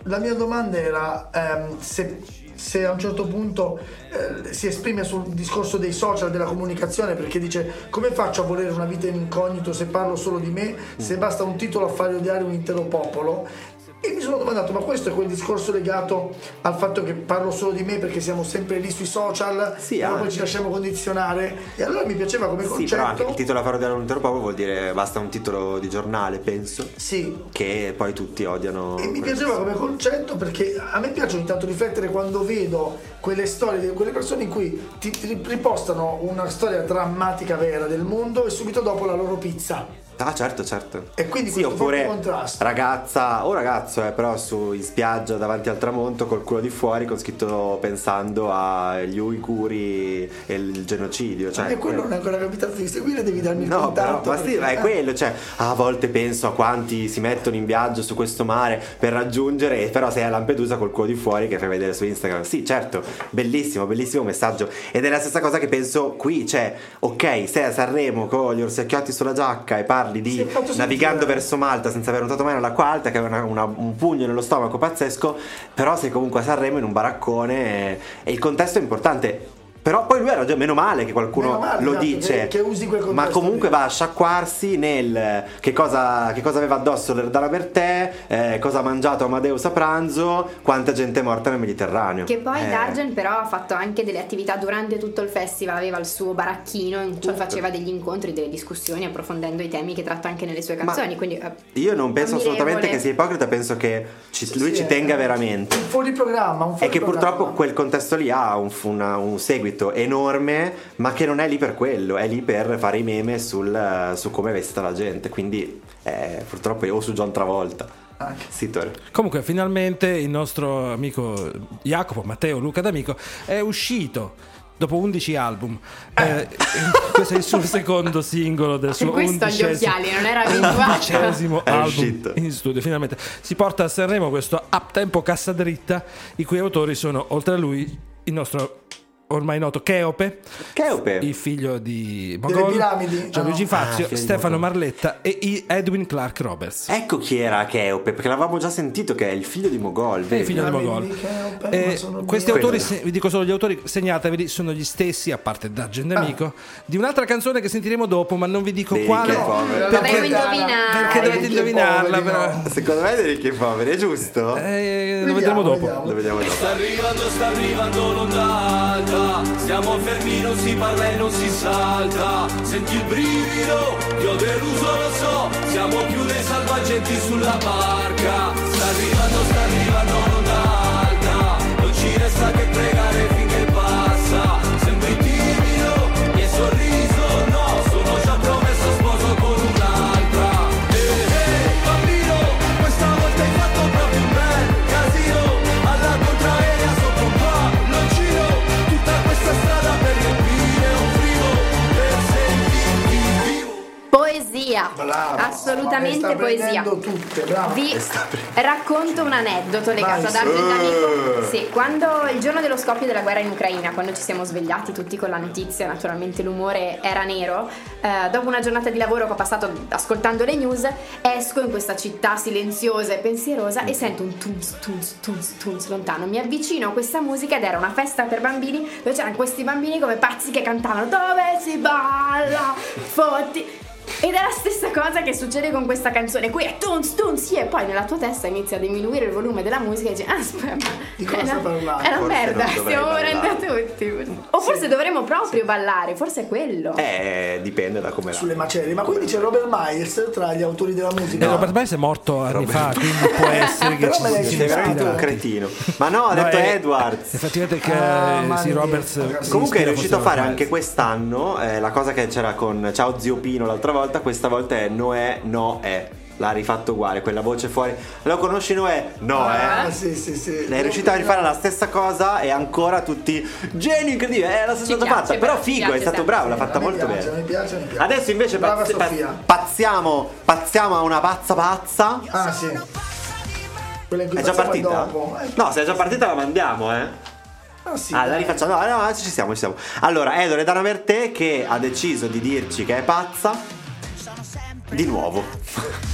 la mia domanda era ehm, se, se a un certo punto eh, si esprime sul discorso dei social, della comunicazione, perché dice come faccio a volere una vita in incognito se parlo solo di me, se basta un titolo a fare odiare un intero popolo. E mi sono domandato, ma questo è quel discorso legato al fatto che parlo solo di me perché siamo sempre lì sui social, Sì, però poi anche. ci lasciamo condizionare. E allora mi piaceva come Sì, però anche concetto. il titolo a fare odiare un intero popolo vuol dire basta un titolo di giornale, penso. sì, Che poi tutti odiano. E mi quelle piaceva persone. come concetto perché a me piace ogni tanto riflettere quando vedo quelle storie di quelle persone in cui ti ri- ripostano una storia drammatica vera del mondo e subito dopo la loro pizza. Ah, certo, certo. E quindi sì, questo oppure forte contrasto. ragazza o ragazzo, eh, però su in spiaggia davanti al tramonto col culo di fuori con scritto pensando agli uiguri e il genocidio, cioè e quello non è ancora capitato di seguire, devi darmi il No, però, contatto. ma sì, perché- ma è eh, quello, cioè, a volte penso a quanti si mettono in viaggio su questo mare per raggiungere, e però sei a Lampedusa col culo di fuori che fai vedere su Instagram. Sì, certo, bellissimo, bellissimo messaggio. Ed è la stessa cosa che penso qui, cioè, ok, sei a Sanremo con gli orsacchiotti sulla giacca e parli Si è di fatto navigando sentire. verso Malta senza aver notato mai l'acqua alta, che è una- una- un pugno nello stomaco pazzesco, però sei comunque a Sanremo in un baraccone e, e il contesto è importante. Però poi lui ha ragione, meno male che qualcuno Meno male, lo esatto, che- dice. che usi quel ma contesto comunque lì. va a sciacquarsi nel che cosa, che cosa aveva addosso l'Erdala Bertè, eh, cosa ha mangiato Amadeus a pranzo, quanta gente è morta nel Mediterraneo. Che poi Eh, Dargen però ha fatto anche delle attività durante tutto il festival, aveva il suo baracchino in cui faceva degli incontri, delle discussioni approfondendo i temi che tratta anche nelle sue canzoni, quindi eh, Io non penso assolutamente ammirevole. che sia ipocrita, penso che ci- lui sì, ci eh. tenga veramente. Un fuori programma, un È fuori che programma. purtroppo quel contesto lì ha un, fu- una- un seguito enorme, ma che non è lì per quello, è lì per fare i meme sul, eh, su come è vestita la gente. Quindi, eh, purtroppo, io- o su John Travolta. Ah. Sì, Tore. Comunque, finalmente il nostro amico Jacopo, Matteo, Luca D'Amico è uscito. Dopo 11 album, Eh, questo è il suo secondo singolo del per suo questo agli undicesimo, occhiali, non era abituato. undicesimo È album uscito. in studio. Finalmente si porta a Sanremo questo up tempo cassa dritta, i cui autori sono oltre a lui il nostro ormai noto Cheope, Cheope? il figlio di Mogol, Oh, piramidi? Gianluigi Ah, Fazio, figlio di Stefano Mogol. Marletta e I- Edwin Clark Roberts. Ecco chi era Cheope, perché l'avevamo già sentito che è il figlio di Mogol. È vedi? il figlio di Eh, Piramidi Mogol. di Cheope, Eh, ma sono questi mie. autori, Quello. se- vi dico solo gli autori, segnateveli, sono gli stessi, a parte Ah. D'Argent Amico, di un'altra canzone che sentiremo dopo, ma non vi dico Dei quale. che poveri. La Perché- Dovevo puntata. indovinare. Perché dovete Poveri, indovinarla, no. però. Secondo me è dei che poveri, è giusto? Eh, Vediamo, lo vedremo dopo. vediamo. Lo vediamo dopo. Sta arrivando, sta arrivando l'ondata Siamo fermi, non si parla e non si salta Senti il brivido, ti ho deluso, lo so Siamo più dei salvagenti sulla barca Sta arrivando, sta arrivando l'ondata Non ci resta che pregare finché passa Sembri timido, e sorriso no Sono già promesso sposo con un'altra Eh, eh, bambino, questa volta hai fatto proprio un bel casino Alla contraerea sopra un palloncino Tutta questa strada per riempire un frigo Per sentirti vivo Poesia, Bravo. assolutamente Ma ne poesia. sta prendendo tutte, bravo. Vi racconto un aneddoto legato Vai, ad Argent Amico. Eh. Sì, quando il giorno dello scoppio della guerra in Ucraina, quando ci siamo svegliati tutti con la notizia, naturalmente l'umore era nero. eh, dopo una giornata di lavoro che ho passato ascoltando le news, esco in questa città silenziosa e pensierosa e sento un tunz, tunz, tunz, tunz lontano. Mi avvicino a questa musica ed era una festa per bambini dove c'erano questi bambini come pazzi che cantavano Dove si balla? Fotti. Ed è la stessa cosa che succede con questa canzone qui, è tunz tunz, sì, e poi nella tua testa inizia a diminuire il volume della musica e dici, ah, sp- ma Di cosa è una- parlare? È una Forse merda, non dovrei stiamo morendo ballare. tutti. O forse dovremmo proprio ballare, forse è quello. Eh, dipende da come Sulle macerie. Ma quindi c'è Robert Myers tra gli autori della musica. E Eh, Robert Price è morto anni fa, quindi può essere che Però ci me l'hai ci Sei veramente un ispirati. cretino. Ma no, ha detto No, eh, è- Edwards. Effettivamente che Ah, eh, sì, mannaggia. Roberts eh, si Comunque è ispira riuscito a forse fare Roberts. anche quest'anno eh, la cosa che c'era con Ciao zio Pino l'altra volta, questa volta è Noè, no è. L'ha rifatto uguale, quella voce fuori. Lo conosci Noè? No Ah, è. sì, sì, sì. È riuscito a rifare la stessa cosa e ancora tutti genio incredibile, è la stessa Ci cosa piace, fatta, però però ci figo, è piace stato sempre. bravo, l'ha fatta Mi molto piace, bene. Mi piace, mi piace. Adesso invece Brava pazz- pazz- Sofia. pazziamo, pazziamo a una pazza pazza. Ah, sì. Quella in cui È già passiamo partita? dopo. Eh, No, se è già partita la mandiamo, eh. Ah, sì. Ah, la dai. rifacciamo. No, no, no, ci siamo, ci siamo. Allora, Edore Dana Vertè che ha deciso di dirci che è pazza. Di nuovo.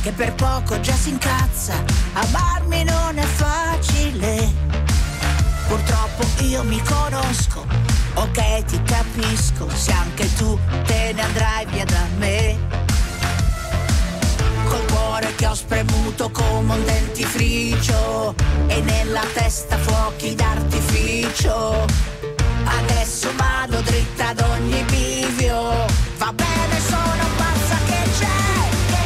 che per poco già si incazza. Amarmi non è facile. Purtroppo io mi conosco, ok ti capisco, se anche tu te ne andrai via da me. Col cuore che ho spremuto come un dentifricio e nella testa fuochi d'artificio. Adesso vado dritta ad ogni bivio. Va bene, sono pazza che c'è, che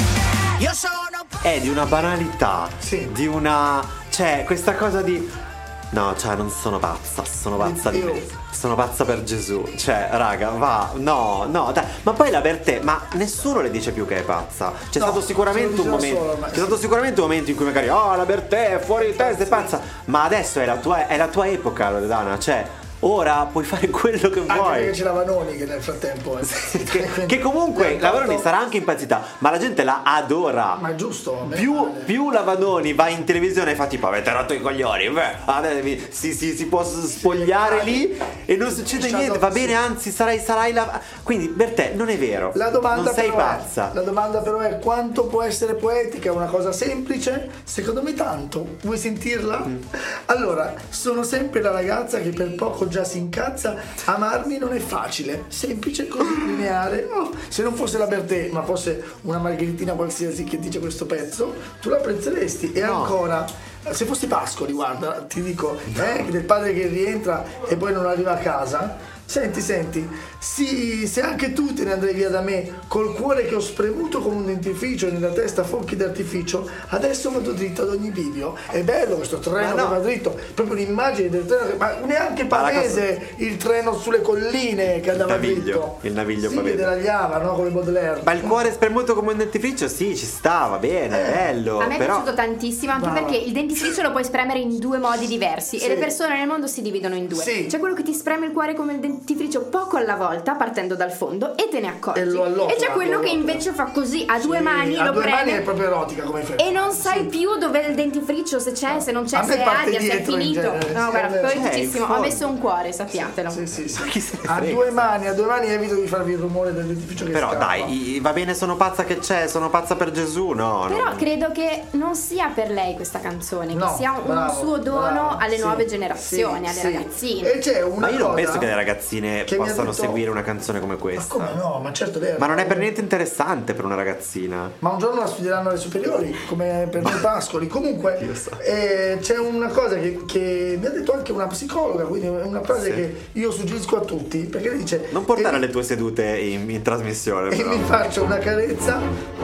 c'è. Io sono pazza. È di una banalità. Sì. Di una. Cioè, questa cosa di. No, cioè, non sono pazza, sono pazza di me. Sono pazza per Gesù. Cioè, raga, va. No, no, dai. Ma poi la Vertè, ma nessuno le dice più che è pazza. C'è No, stato sicuramente se un lo diceva momento. solo, ma- c'è stato sicuramente un momento in cui magari, oh, la Bertè è fuori di testa, è pazza. Ma adesso è la tua, è la tua epoca, Loredana. Cioè, ora puoi fare quello Anche che perché vuoi. c'era Vanoni che nel frattempo. eh. Che, Quindi che comunque abbiamo la Vanoni fatto- sarà anche impazzita, ma la gente la adora. Ma giusto. beh, Più, vale. più la Vanoni va in televisione e fa tipo avete rotto i coglioni, beh, adesso mi- si, si- si può spogliare lì e non succede Shadow, niente, va Diciamo sì. bene, anzi sarai, sarai la... Quindi per te non è vero, La domanda non sei però è- pazza. la domanda però è quanto può essere poetica una cosa semplice? Secondo me tanto. Vuoi sentirla? Mm. Allora, sono sempre la ragazza che per poco già si incazza. Amarmi non è facile. Semplice così lineare. Oh, se non fosse la Bertè, ma fosse una margheritina qualsiasi che dice questo pezzo, tu la apprezzeresti. E ancora. Se fossi Pascoli, guarda, ti dico, eh, del padre che rientra e poi non arriva a casa, Senti, senti, sì, se anche tu te ne andrai via da me, col cuore che ho spremuto come un dentifricio e nella testa fuochi d'artificio, adesso vado dritto ad ogni bivio. È bello questo treno Ma no. che va dritto, proprio l'immagine del treno, che, ma neanche Ma la cosa- palese il treno sulle colline che andava naviglio, dritto. il naviglio sì, palese. che deragliava, no, come Baudelaire. Ma il cuore spremuto come un dentifricio? Sì, ci stava, bene, Eh, bello, A me è però... piaciuto tantissimo anche Brava. perché il dentifricio lo puoi spremere in due modi diversi Sì. e le persone nel mondo si dividono in due. Sì. C'è quello che ti spreme il cuore come il dentifricio poco alla volta, partendo dal fondo, e te ne accorgi. E lo alloca, E c'è quello lo che alloca. invece fa così, a due Sì, mani, a lo due prende. mani è proprio erotica come fretta. E non sai più dove è il dentifricio, se c'è, se non A c'è, me se è parte aria, se è dietro in finito. genere, No, sì, guarda, eh, poi sì, giustissimo. in Ho fondo. messo un cuore, sappiatelo. Sì, sì, sì. chi se ne A frega? due mani, a due mani evito di farvi il rumore dell'edificio che Però scappa. dai, i- va bene, sono pazza che c'è, sono pazza per Gesù, no? Però no. credo che non sia per lei questa canzone, No, che sia un bravo, suo dono bravo, alle sì, nuove generazioni, sì, alle sì. ragazzine. E c'è una Ma io non cosa- penso che le ragazzine che mi ha possano detto- seguire una canzone come Ma questa. come no? Ma certo lei. Ma non è per niente interessante per una ragazzina. Ma un giorno la studieranno alle superiori, come per noi pascoli. Comunque, eh, c'è una cosa che, che mi ha detto anche una psicologa, quindi è una frase Sì. che io suggerisco a tutti, perché lei dice... Non portare "E mi- le tue sedute in, in trasmissione, E però. mi faccio una carezza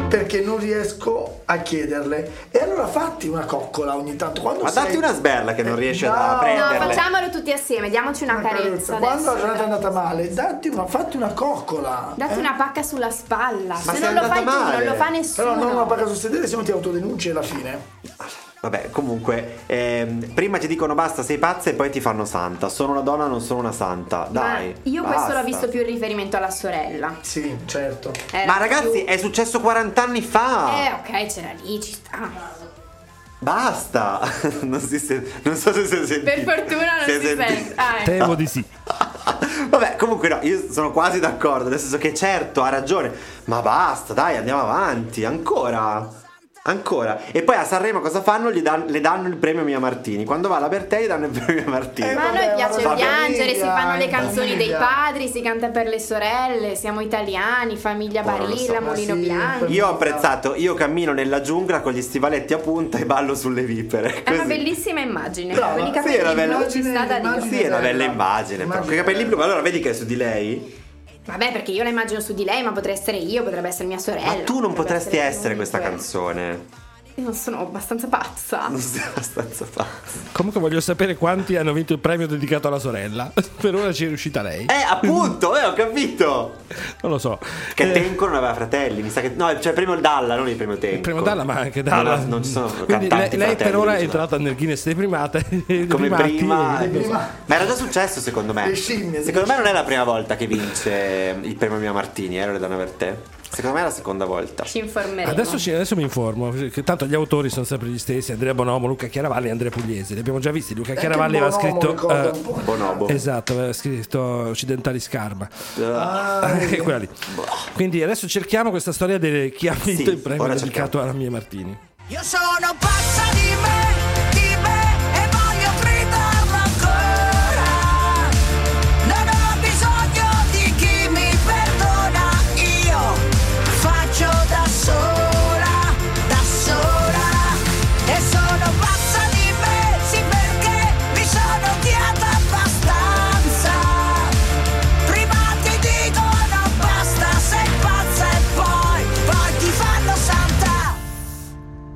perché non riesco a chiederle. E allora fatti una coccola ogni tanto. Quando Ma sei... datti una sberla che non riesci a No, No, prenderle. facciamolo tutti assieme, diamoci una, carezza. Quando Eh? la adesso. giornata è andata male, datti una, fatti una coccola. Datti una pacca sulla spalla. Ma se sei non lo andata fai tu, non male. lo fa Però nessuno. non una paga sul sedere, se no ti autodenunci alla fine. Vabbè, comunque, ehm, prima ti dicono basta, sei pazza e poi ti fanno santa. Sono una donna, non sono una santa. Ma Dai. io questo basta. l'ho visto più in riferimento alla sorella. Sì, certo. Era Ma ragazzi, più- è successo 40 anni fa. Eh, ok, c'era lì, ci sta. Basta. non, si sen- non so se si è sentito. Per fortuna non si, sentito. sente. Ah, ecco. Temo di sì. Vabbè, comunque no, io sono quasi d'accordo, nel senso che certo ha ragione, ma basta, dai, andiamo avanti, ancora. Ancora. E poi a Sanremo cosa fanno? Gli dan- le danno il premio Mia Martini. Quando va la Bertè gli danno il premio Mia Martini. Eh, Ma a Vabbè, noi piace vabbè, piangere, famiglia, si fanno eh, le in canzoni dei famiglia. padri, si canta per le sorelle, siamo italiani, famiglia Boh, non lo Barilla, so. Mulino Ma sì, Bianco. Io ho apprezzato, io cammino nella giungla con gli stivaletti a punta e ballo sulle vipere. È una così. bellissima immagine, Brava, con i sì, capelli era blu bella. ci sta da Immagine, dire. Sì, è una bella Bella. immagine. Però. Immagine Con i capelli bella. blu, ma allora vedi che è su di lei? Vabbè, perché io la immagino su di lei, ma potrei essere io, potrebbe essere mia sorella. Ma tu non potrebbe potresti essere chiunque. questa canzone. Io non sono abbastanza pazza. Non sei abbastanza pazza. Comunque voglio sapere quanti hanno vinto il premio dedicato alla sorella. Per ora ci è riuscita lei. Eh, appunto, eh, ho capito. Non lo so. Che Eh, Tenko non aveva fratelli, mi sa che. No, cioè primo il Dalla, non il primo Tenko. il premio Dalla, ma anche Dalla. No, no, non ci sono Quindi lei, cantanti lei per fratelli, ora è diciamo. entrata nel Guinness dei primate. dei Come primati. prima, dei eh, primati. ma era già successo secondo me. Le scimmie, le Secondo me non è la prima volta che vince il premio Mia Martini, eh, Loredana Vertè. Secondo me è la seconda volta. Ci informeremo. Adesso, ci- adesso mi informo, che tanto gli autori sono sempre gli stessi, Andrea Bonomo, Luca Chiaravalli e Andrea Pugliese, li abbiamo già visti, Luca Anche Chiaravalli aveva Eh, Bonomo scritto... ricorda eh, un po'. Bonobo. Esatto, aveva scritto Occidentali Scarma. Ah. È quella lì. Quindi adesso cerchiamo questa storia di chi ha vinto Boh. Sì, il premio ora dedicato a Mia Martini. Io sono pazza di me, di me e voglio gridarlo ancora. Non ho bisogno di chi mi perdona, io faccio da sola, da sola. E sono pazza di me, sì perché mi sono odiata abbastanza. Prima ti dicono basta, sei pazza e poi, poi ti fanno santa.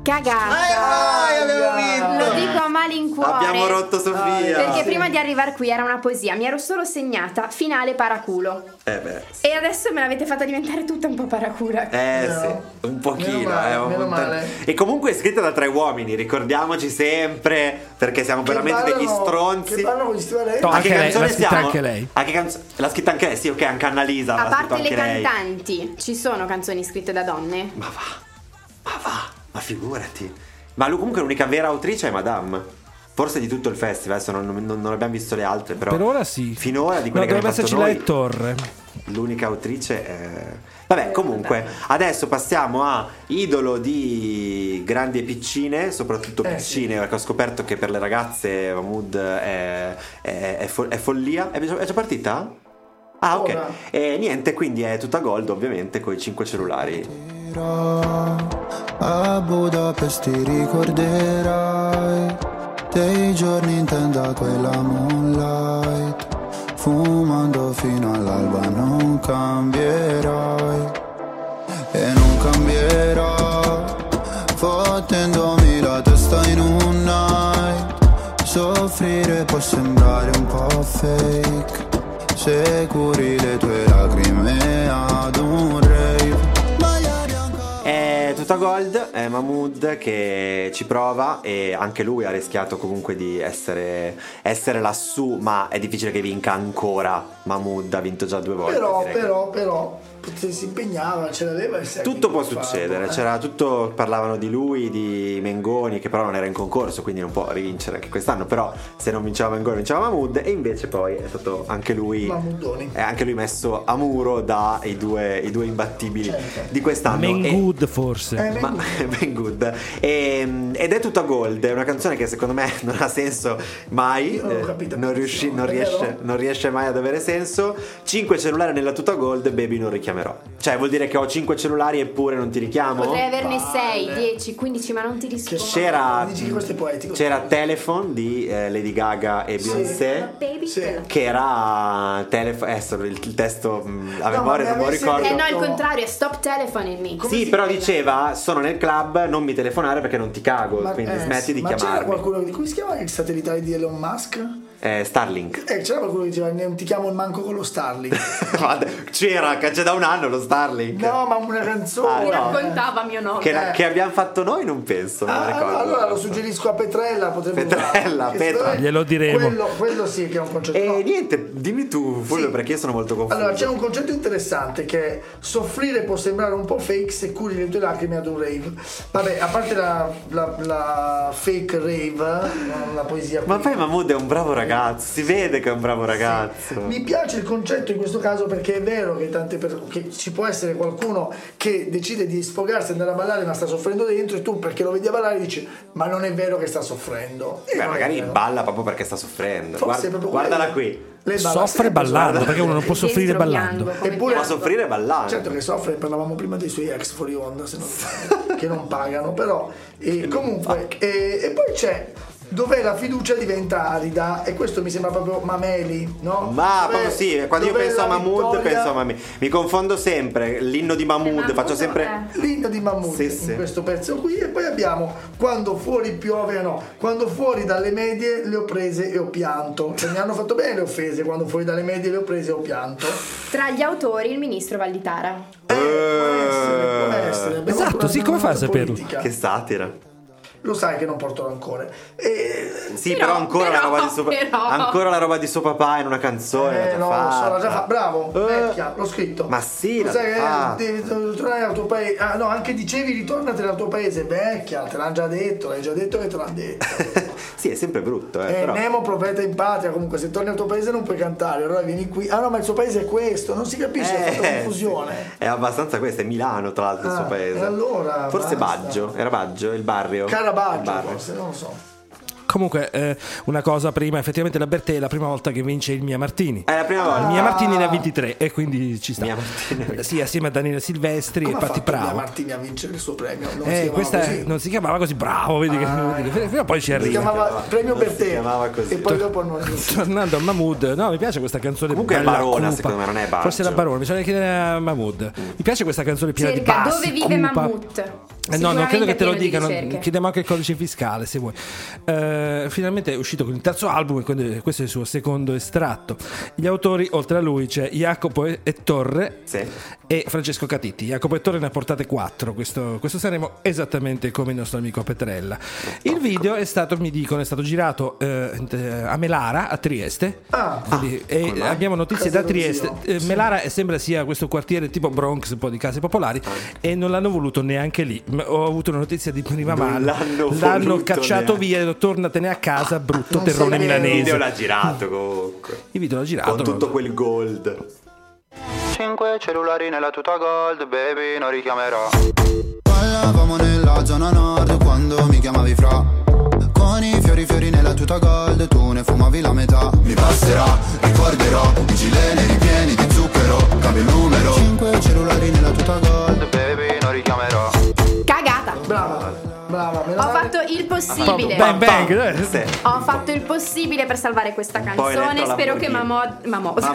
Cagata. Ah, abbiamo Lo vinto! dico a malincuore. Abbiamo rotto Sofia. Perché prima di arrivare qui era una poesia, mi ero solo segnata finale paraculo. Eh beh. E adesso me l'avete fatta diventare tutta un po' paracula. Eh No. sì, un pochino. Meno male, eh, un meno puntare- male. E comunque è scritta da tre uomini, ricordiamoci sempre, perché siamo veramente Che degli ballano- stronzi. Che parlano con gli stivaletti. No, A che Anche lei, canzone l'ha scritta siamo? anche lei. A che canzo- L'ha scritta anche lei, sì, ok, anche Annalisa. A l'ha scritto parte le anche lei. Boh, cantanti, ci sono canzoni scritte da donne? Ma va, ma va, ma figurati. Ma lui comunque l'unica vera autrice è Madame. Forse di tutto il festival, adesso non, non- non abbiamo visto le altre, però. Per ora sì. Finora di No, quelle che dovrebbe abbiamo esserci fatto la noi, E Torre. l'unica autrice è. Vabbè, comunque, adesso passiamo a idolo di grandi e piccine, soprattutto Eh, piccine, perché ho scoperto che per le ragazze Mahmood è, è- è fo- è follia. È già, è già partita? Ah, ok. Ora. E niente, quindi è tutta gold, ovviamente, con i 5 cellulari. A Budapest ti ricorderai dei giorni in tenda quella moonlight. Fumando fino all'alba non cambierai e non cambierò. Fottendomi la testa in un night. Soffrire può sembrare un po' fake. Se curi le tue lacrime ad un rave. Maglia bianca È tutta gold, è Mahmood che ci prova e anche lui ha rischiato comunque di essere, essere lassù, ma è difficile che vinca ancora. Mahmood ha vinto già due volte. Però, direi che- però, però, se si impegnava, ce l'aveva e si è Tutto può fatto, succedere, eh. c'era tutto, parlavano di lui, di Mengoni, che però non era in concorso, quindi non può rivincere anche quest'anno, però se non vinceva Mengoni vinceva Mahmood e invece poi è stato anche lui, Mahmoodoni. è anche lui messo a muro dai due, i due imbattibili Certo. di quest'anno. E- Mengud forse. Eh, ma Ben Good E- ed è tutta gold è una canzone che secondo me non ha senso mai Io non ho eh, capito non, riusci- non è riesce, vero? non riesce mai ad avere senso 5 cellulari nella tuta gold baby non richiamerò cioè vuol dire che ho 5 cellulari eppure non ti richiamo Potrei averne 6, Palle. 10, 15, ma non ti rispondo. c'era Dici che questo è poetico. c'era Telephone di eh, Lady Gaga e Beyoncé Baby, Sì. quella. che era telefono il, il testo mh, a No, memoria ma non me lo mi avessi- ricordo Eh no, il No. contrario, è stop telephone in me. sì, si però chiama? diceva sono nel club, non mi telefonare perché non ti cago, Ma- quindi eh, smetti di ma chiamarmi. c'era qualcuno che come si chiama il satellitare di Elon Musk? Eh, Starlink. Eh, c'era qualcuno che diceva non ti chiamo manco con lo Starlink. Vabbè, C'era, che c'è da un anno lo Starlink. no, ma una Ah, canzone. Mi no. raccontava mio nonno. Che, la- che abbiamo fatto noi non penso, non Ah, ricordo. allora, allora lo suggerisco a Petrella, potrebbe Petrella, usare. Petra. Secondo me Glielo diremo. Quello, quello sì che è un concetto. E no. niente, dimmi tu, Fulvio, Sì. perché io sono molto confuso. Allora, c'è un concetto interessante che è soffrire può sembrare un po' fake se curi le tue lacrime ad un rave. Vabbè, a parte la, la- la fake rave, eh, la poesia. Ma qui. poi Mahmood è un bravo ragazzo, si vede che è un bravo ragazzo. Mi piace il concetto in questo caso perché è vero che, tante per- che ci può essere qualcuno che decide di sfogarsi e andare a ballare ma sta soffrendo dentro e tu perché lo vedi a ballare dici ma non è vero che sta soffrendo. E Beh, non è magari vero. balla proprio perché sta soffrendo. Forse è Guarda- proprio guardala quello. qui. Lei balla Soffre sempre, ballando, guarda. perché uno non può soffrire Dentro ballando. piango, come Eppure- Può piango. soffrire e ballare. Certo che soffre, parlavamo prima dei suoi ex fuori onda, se non sbaglio, che non pagano, però e comunque e, e poi c'è dov'è la fiducia diventa arida e questo mi sembra proprio Mameli, no? Ma Dov'è- proprio sì, quando io dov'è penso a la Mahmood vittoria? penso a Mahmood. Mi confondo sempre, l'inno di Mahmood, Mahmood, faccio sempre... eh. L'inno di Mammut Sì, in sì. questo pezzo qui e poi abbiamo quando fuori piove no, quando fuori dalle medie le ho prese e ho pianto. Cioè, mi hanno fatto bene le offese, quando fuori dalle medie le ho prese e ho pianto. Tra gli autori il ministro Valditara. Eh, può essere, può essere. Abbiamo Esatto, ancora sì, come fa a una saperlo? politica. Che satira. Lo sai che non porto Eh, rancore. E Sì, però, Però, ancora, la però, roba di suo, però. ancora la roba di suo papà in una canzone. l'ha Eh, già no, lo so, l'ha già fatta. fa- bravo, Eh, vecchia, l'ho scritto. Ma sì, Lo l'ha sai che fatta. devi tornare al tuo paese. Ah, no, anche dicevi ritornatene al tuo paese, vecchia, te l'hanno già detto, l'hai già detto che te l'hanno detto. sì, è sempre brutto, eh, Eh, però. Nemo profeta in patria, comunque se torni al tuo paese non puoi cantare, allora vieni qui. Ah no, ma il suo paese è questo, non si capisce, è fatta Eh, confusione. È abbastanza questo, è Milano tra l'altro il suo Ah, paese. e allora, Forse basta. Baggio, era Baggio, il barrio. Il Carabaggio, barrio. forse, non lo so. Comunque, eh, una cosa prima, effettivamente la Bertè è la prima volta che vince il Mia Martini. È la prima volta. Il Ah, Mia Martini ne ha 23 e quindi ci sta. Eh, Mia Martini. Sì, assieme a Daniele Silvestri Come e ha Patti fatto Maria Bravo. Martini a vincere il suo premio? Non si Eh, chiamava questa così. è- non si chiamava così bravo, vedi che Ah, vedi ecco. che- prima o poi ci Si arriva. chiamava Premio non si Bertè chiamava così. e poi dopo non Tornando a Mahmood, no, mi piace questa canzone. Comunque è bella Barona, cupa. secondo me, non è Baggio. Forse è la Barona, bisogna chiedere a Mahmood. Mi piace questa canzone piena di Cerca bassi, dove vive cupa. Mammut. Eh, no, non Sicuramente credo che te lo pieno di dicano. ricerche. Chiediamo anche il codice fiscale se vuoi. Eh, finalmente è uscito con il terzo album, e quindi questo è il suo secondo estratto. Gli autori, oltre a lui, c'è Jacopo e e Torre Sì. e Francesco Catitti. Jacopo e Torre ne ha portate quattro. Questo, questo saremo esattamente come il nostro amico Petrella. Ecco. Il video è stato, mi dicono, è stato girato eh, in te- a Melara, a Trieste. Ah. Quindi, e abbiamo notizie Casa da dello Trieste. zio. Eh, Melara eh, sembra sia questo quartiere tipo Bronx, un po' di case popolari, e non l'hanno voluto neanche lì. M- Ho avuto una notizia di prima Non mano. l'hanno voluto cacciato neanche. Ah, via e detto, tornatene a casa, brutto Non sei terrone vero. Il video milanese. l'ha girato comunque. Il video l'ha girato. Con tutto quel gold. 5 cellulari nella tuta gold, baby, non richiamerò. Parlavamo nella zona nord quando mi chiamavi fra. Con i fiori fiori nella tuta gold, tu ne fumavi la metà. Mi passerà, ricorderò, i gileni ripieni di zucchero, cambio il numero. 5 cellulari nella tuta gold, baby, non richiamerò. Cagata. Brava, brava. Ho fatto il possibile. Bang bang. eh. Sì. Ho fatto il possibile per salvare questa po' canzone. Elettra Spero che Lamborghini. Mamod, Mamod,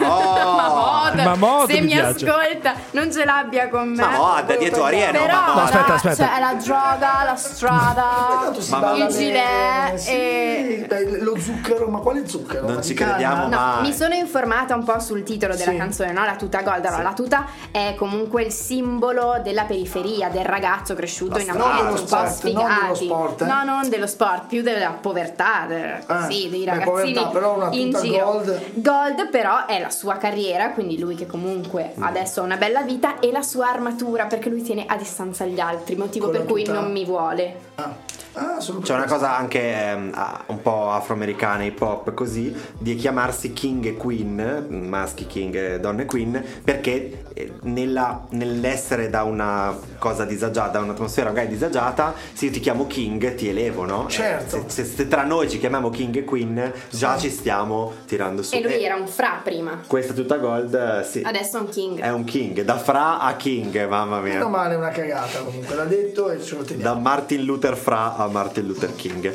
Mamod! Mamod, Mamod, se mi mi, piace. ascolta, non ce l'abbia con me. Mamod, dietro Arieno, Però Mamod. No, aspetta, la- aspetta. Cioè, la droga, la strada, si Mamma balla il bene, gilet sì, e. dai, lo zucchero, ma quale zucchero? Non Ma ci di canna? crediamo No, mai. mi sono informata un po' sul titolo della Sì. canzone, no? La tuta gold. Allora, la tuta è comunque il simbolo della periferia, del ragazzo cresciuto in strada, ambienti un dello po' sport, non dello sfigati. sport, eh. No, non dello sport, più della povertà, de- Ah, sì, dei beh, ragazzini povertà, però una in tuta giro. gold. Gold però è la sua carriera, quindi lui che comunque Mm. adesso ha una bella vita e la sua armatura perché lui tiene a distanza gli altri, motivo Con la per cui tuta. non mi vuole. Ah, ah, sono C'è una cosa anche ehm, ah, un po' afroamericana, hip hop, così, di chiamarsi King e Queen, maschi King e donne Queen, perché eh, nella- nell'essere da una cosa disagiata, da un'atmosfera magari disagiata, se io ti chiamo King ti elevo, no? Certo. Eh, Se, se- se tra noi ci chiamiamo King e Queen, già ci stiamo tirando su. Eh, E lui era un fra prima, Questa tutta gold, eh, sì. adesso è un king. È un King, da Fra a King, mamma Meno mia. male, una cagata comunque, l'ha detto e ce lo teniamo. Da Martin Luther Fra a Martin Luther King.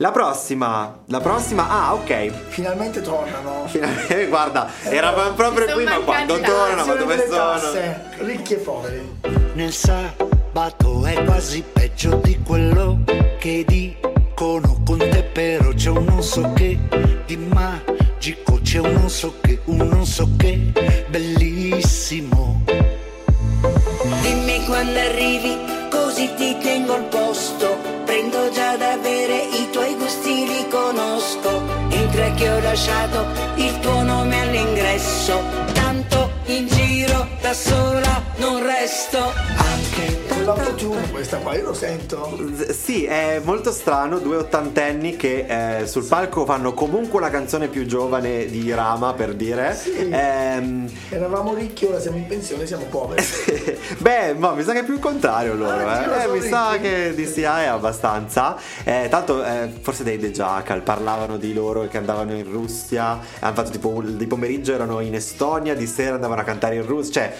La prossima, la prossima, ah ok, Finalmente tornano. Finalmente, Guarda, eravamo proprio Sono qui, ma mancati quando là, torna, ma Sono dove delle sono? tasse, Ricchi e poveri. Nel sabato è quasi peggio di quello che dicono con te, però c'è un non so che di magico, c'è un non so che, un non so che bellissimo. Dimmi quando arrivi, così ti tengo al posto. Prendo già da bere, i tuoi gusti li conosco. In tre che ho lasciato il tuo nome all'ingresso. Tanto in giro da sola non resto. Con l'autotune questa qua, io lo sento. Z- Sì, è molto strano, due ottantenni che eh, sul palco fanno comunque la canzone più giovane di Rama, per dire. Sì. Ehm, Eravamo ricchi, ora siamo in pensione, siamo poveri. Beh, ma mi sa che è più il contrario loro, Ah, sì, eh. lo Eh, so, mi sa ricchi. che DCI è abbastanza. Eh, tanto eh, forse dei The Jackal parlavano di loro che andavano in Russia, hanno fatto tipo un- di pomeriggio erano in Estonia, di sera andavano a cantare in Russia, cioè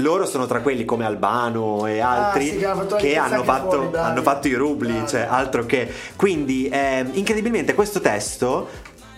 loro sono tra quelli come Albano e altri Ah, sì, che hanno fatto la che rissa hanno anche fatto, fuori, bravi. hanno fatto i rubli, Bravi. cioè altro che. Quindi ehm, incredibilmente questo testo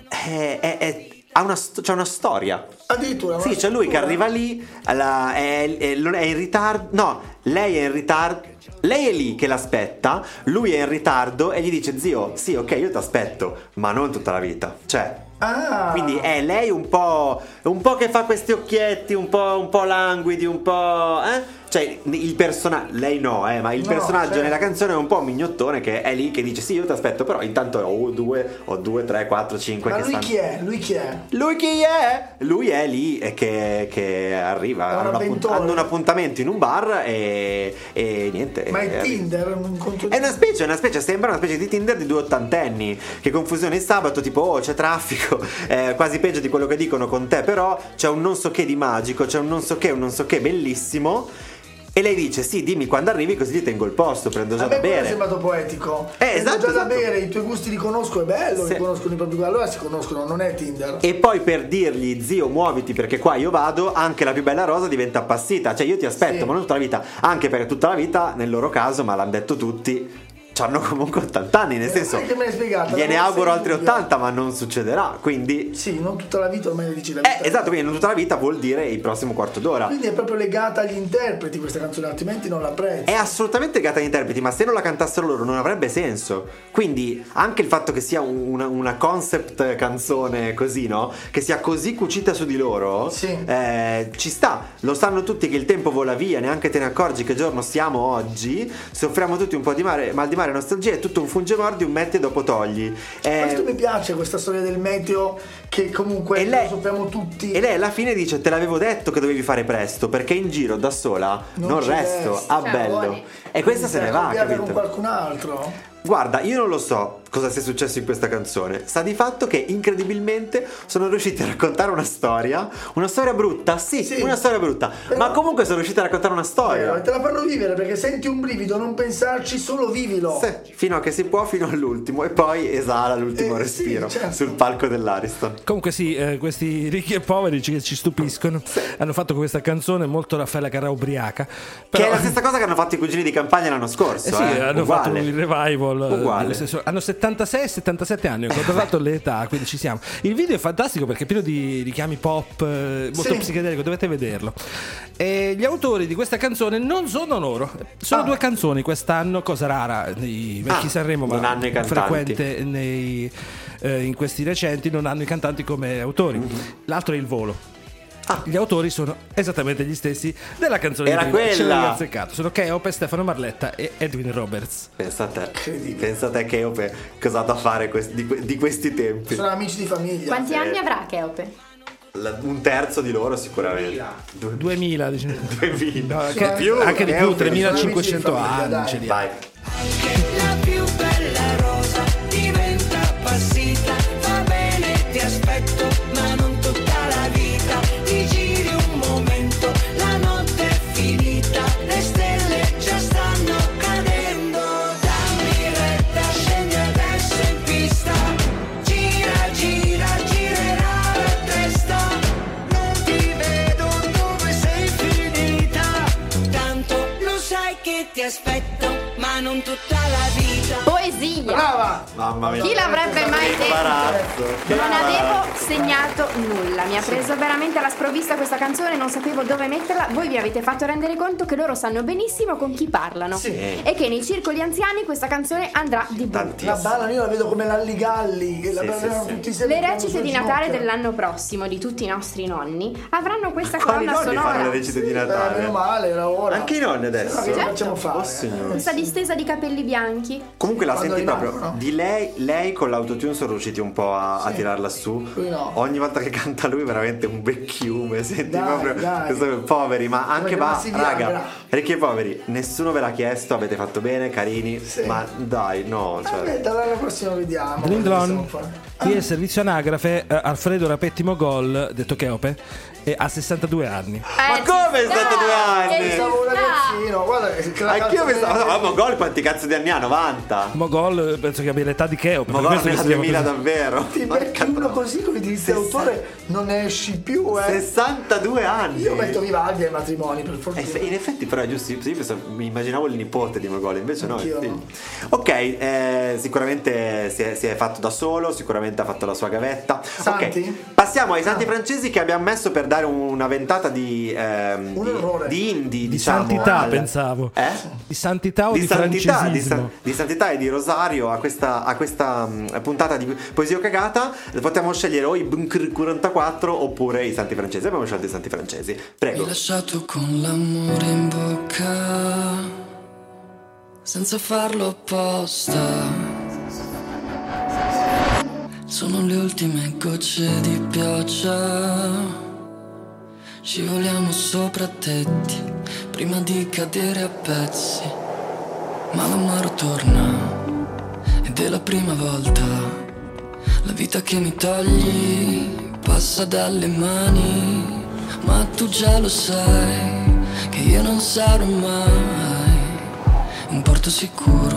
è- è- è- ha una, sto- c'ha una storia. Addirittura. Sì, una c'è lui che struttura. arriva lì, alla- è, è- non- è in ritardo. No, lei è in ritardo. Lei è lì che l'aspetta, lui è in ritardo e gli dice: Zio, sì, ok, io ti aspetto, ma non tutta la vita. Cioè. Ah, Quindi è lei un po'. un po' che fa questi occhietti, un po', un po' languidi, un po'. eh? Cioè, il personaggio. Lei no, eh, ma il No, personaggio certo. nella canzone è un po' mignottone che è lì che dice: Sì, io ti aspetto, però intanto ho due, ho due, tre, quattro, cinque. ma che lui stanno... chi è? Lui chi è? Lui chi è? Lui è lì e che, che arriva. È un hanno, un appunt- avventore. hanno un appuntamento in un bar e, e niente. Ma e è arriva. Tinder? Un incontro di- Eh, È una specie, è una specie, sembra una specie di Tinder di due ottantenni. Che confusione il sabato, tipo, oh, c'è traffico. eh, quasi peggio di quello che dicono con te, però c'è un non so che di magico, c'è un non so che, un non so che bellissimo. E lei dice: Sì, dimmi quando arrivi, così ti tengo il posto, prendo già A da me quello è bere. sembrato poetico. Eh, esatto, Già da esatto. bere, i tuoi gusti li conosco, è bello, Sì. Eh, li conoscono i propri gusti. Allora si conoscono, non è Tinder. E poi per dirgli zio muoviti perché qua io vado, anche la più bella rosa diventa appassita. Cioè io ti aspetto, Sì. ma non tutta la vita. Anche perché tutta la vita, nel loro caso, ma l'hanno detto tutti, hanno comunque 80 anni, nel senso... sai che me l'hai spiegata, Gliene non auguro sei altri dubbio. 80, ma non succederà. Quindi... Sì, non tutta la vita ormai le dici la vita. Eh, esatto, quindi non tutta la vita vuol dire il prossimo quarto d'ora. Quindi è proprio legata agli interpreti questa canzone, altrimenti non la È apprezzi. assolutamente legata agli interpreti, ma se non la cantassero loro non avrebbe senso. Quindi anche il fatto che sia un- una, una concept canzone così, no? Che sia così cucita su di loro, Sì. eh, ci sta. Lo sanno tutti che il tempo vola via, neanche te ne accorgi che giorno siamo oggi. Soffriamo tutti un po' di mare- mal di mare e nostalgia, è tutto un fungemordi, un metti e dopo togli. Eh, Questo mi piace, questa storia del meteo che comunque e lei, lo sappiamo tutti. e lei alla fine dice: Te l'avevo detto che dovevi fare presto, perché in giro da sola non, Non ci Ecco, resto. resti. Ah, Cioè, bello. buoni. E Quindi questa se ne è va, arrabbiata capito? con qualcun altro? Guarda, io non lo so. cosa sia successo in questa canzone. Sta di fatto che incredibilmente sono riusciti a raccontare una storia, una storia brutta, sì, Sì. una storia brutta, Però- ma comunque sono riusciti a raccontare una storia. Vero, e Eh, te la fanno vivere perché senti un brivido, non pensarci, solo vivilo. Sì, fino a che si può, fino all'ultimo, e poi esala Eh, l'ultimo sì, respiro certo. sul palco dell'Ariston. Comunque sì, eh, questi ricchi e poveri ci- che ci stupiscono hanno fatto con questa canzone molto Raffaella Carrà ubriaca. Che è Però- la stessa cosa che hanno fatto i cugini di campagna l'anno scorso. Eh sì, eh, hanno uguale. fatto il revival. eh, Uguale. dello stesso- hanno 76 77 anni, ho controllato l'età, quindi ci siamo. Il video è fantastico perché è pieno di richiami pop, eh, molto Sì. psichedelico, dovete vederlo. E gli autori di questa canzone non sono loro, sono Ah. due canzoni quest'anno, cosa rara nei vecchi Ah, Sanremo, non ma hanno i cantanti. frequente nei, eh, in questi recenti, non hanno i cantanti come autori. Mhm. L'altro è Il Volo. Gli autori sono esattamente gli stessi della canzone Ah. Era di prima. Ce quella. l'avevi azzeccato. Sono Cheope, Stefano Marletta e Edwin Roberts. Pensa a te, pensa a te che io pe- cosa ha da fare quest- di, que- di questi tempi. Sono amici di famiglia. Quanti anni avrà Cheope? La- un terzo di loro sicuramente. Due- 2000 diciamo. 2000. No, Che anche, più, anche di è più un- 3500 Sono amici di famiglia, anni ce li ha. Vai. La più bella rosa diventa appassita, va bene, ti aspetto, ma non tutta la vita. Ti giri un momento, la notte è finita, le stelle già stanno cadendo. Dammi retta, scendi adesso in pista. Gira, gira, girerà la testa. Non ti vedo dove sei finita. Tanto lo sai che ti aspetto, ma non tutta la vita. Poesia! Brava! Mamma mia. Chi l'avrebbe mai Che detto? imbarazzo, che Non avevo imbarazzo. segnato nulla, mi ha preso veramente alla sprovvista questa canzone, non sapevo dove metterla. Voi vi avete fatto rendere conto che loro sanno benissimo con chi parlano Sì. e che nei circoli anziani questa canzone andrà di botto. La Tantissimo. balla io la vedo come l'alligalli, che la Sì, ballano sì, sì. tutti Le recite di Natale Eh, dell'anno prossimo di tutti i nostri nonni avranno questa Quali colonna nonni fanno le sonora. recite di Natale. Eh, meno Natale? male, era ora. Anche i nonni adesso. No, che ce la Certo. facciamo fare? Oh, signore. Questa distesa di capelli bianchi. Comunque la Quando senti rimangono. proprio di lei, lei con l'autotune sono riusciti un po' a, a tirarla su. Lui no. Ogni volta che canta lui è veramente un vecchiume, senti Dai, proprio dai. questo- poveri, ma anche Vogliamo va, massi Viagra. raga. Ricchi e poveri, nessuno ve l'ha chiesto, avete fatto bene, carini, Sì. ma dai, no, cioè Aspetta, Eh, l'anno prossimo vediamo. Dringlon, Possiamo fare. qui è il servizio anagrafe eh, Alfredo Rapettimo Gol, detto Cheope, e ha 62 anni. Eh, Ma come è stato due anni? Pensavo un ragazzino, guarda che che la Eh, ah. Anch'io calza pensavo, bene. ma Mogol quanti cazzo di anni ha? 90? Mogol eh, penso che abbia l'età di Cheope. per Mogol questo che nella studiamo 2000 così. davvero. Ti Porca becchi uno tro- così con i diritti Sessa- d'autore, non ne esci più, eh. 62 anni. Io metto Vivaldi ai matrimoni, per Eh, se- fortuna. In effetti però è giusto, io pensavo- mi immaginavo il nipote di Mogol, invece no, è il Anch'io figlio. Ok, eh, sicuramente si è, si è fatto da solo, sicuramente ha fatto la sua gavetta. Santi? Ok, Passiamo ai santi francesi che abbiamo messo per dare una ventata di... ehm, Un di- errore. di indie, Di diciamo, santità, al- pensavo. Eh? Di santità o di, santità, di, san- francesismo? di santità e di rosario a questa, a questa, mh, puntata di poesia cagata potevamo scegliere o i bunker 44 oppure i santi francesi abbiamo scelto i santi francesi Mi prego hai lasciato con l'amore in bocca, senza farlo apposta. Sono le ultime gocce di pioggia, scivoliamo sopra tetti prima di cadere a pezzi. Ma l'amaro torna ed è la prima volta. La vita che mi togli passa dalle mani, ma tu già lo sai che io non sarò mai un porto sicuro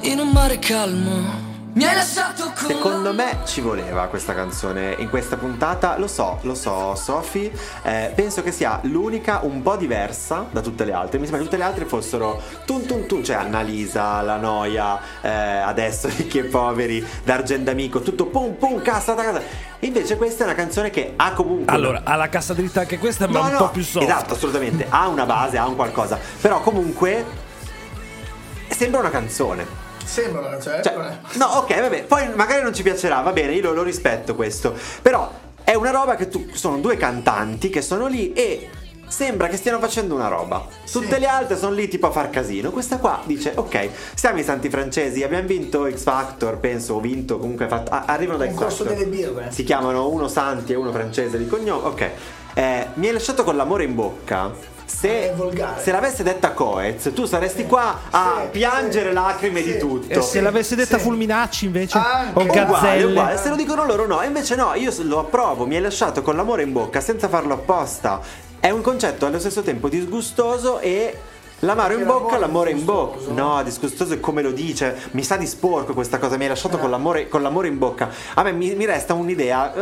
in un mare calmo. Mi hai lasciato con Secondo me ci voleva questa canzone in questa puntata, lo so, lo so Sofi, eh, penso che sia l'unica un po' diversa da tutte le altre, mi sembra che tutte le altre fossero tun tun tun, cioè Annalisa, La Noia, eh, adesso Ricchi e Poveri, D'Argendamico, tutto pum pum, cassa da casa, invece questa è una canzone che ha comunque... Allora, ha la cassa dritta anche questa, ma No, un no, po' più soft. Esatto, assolutamente, ha una base, ha un qualcosa, però comunque sembra una canzone. Sembra eh. una canzone, Cioè, non è. no, ok, vabbè, poi magari non ci piacerà, va bene, io lo, lo rispetto questo. Però è una roba che tu. Sono due cantanti che sono lì e. Sembra che stiano facendo una roba. Tutte le altre sono lì tipo a far casino. Questa qua dice: Ok, siamo i santi francesi, abbiamo vinto X Factor, penso, o vinto, comunque fatto. ah, arrivano da X Concorso Factor. delle birre. Si chiamano uno santi e uno francese di cognome. Ok. Eh, mi hai lasciato con l'amore in bocca. se, Ah, È volgare. se l'avesse detta Coez, tu saresti qua a Sì, piangere sì, lacrime sì. di tutto. E se l'avesse detta Fulminacci invece? Anche. o Gazzelle? Ah, Uguale, uguale. Se lo dicono loro no, e invece no, io lo approvo, mi hai lasciato con l'amore in bocca senza farlo apposta. È un concetto allo stesso tempo disgustoso e l'amaro in Perché bocca, l'amore l'amore è in bocca. disgustoso. No, disgustoso è come lo dice, mi sa di sporco questa cosa, mi hai Eh. lasciato con, l'amore, con l'amore in bocca. A me mi, mi resta un'idea.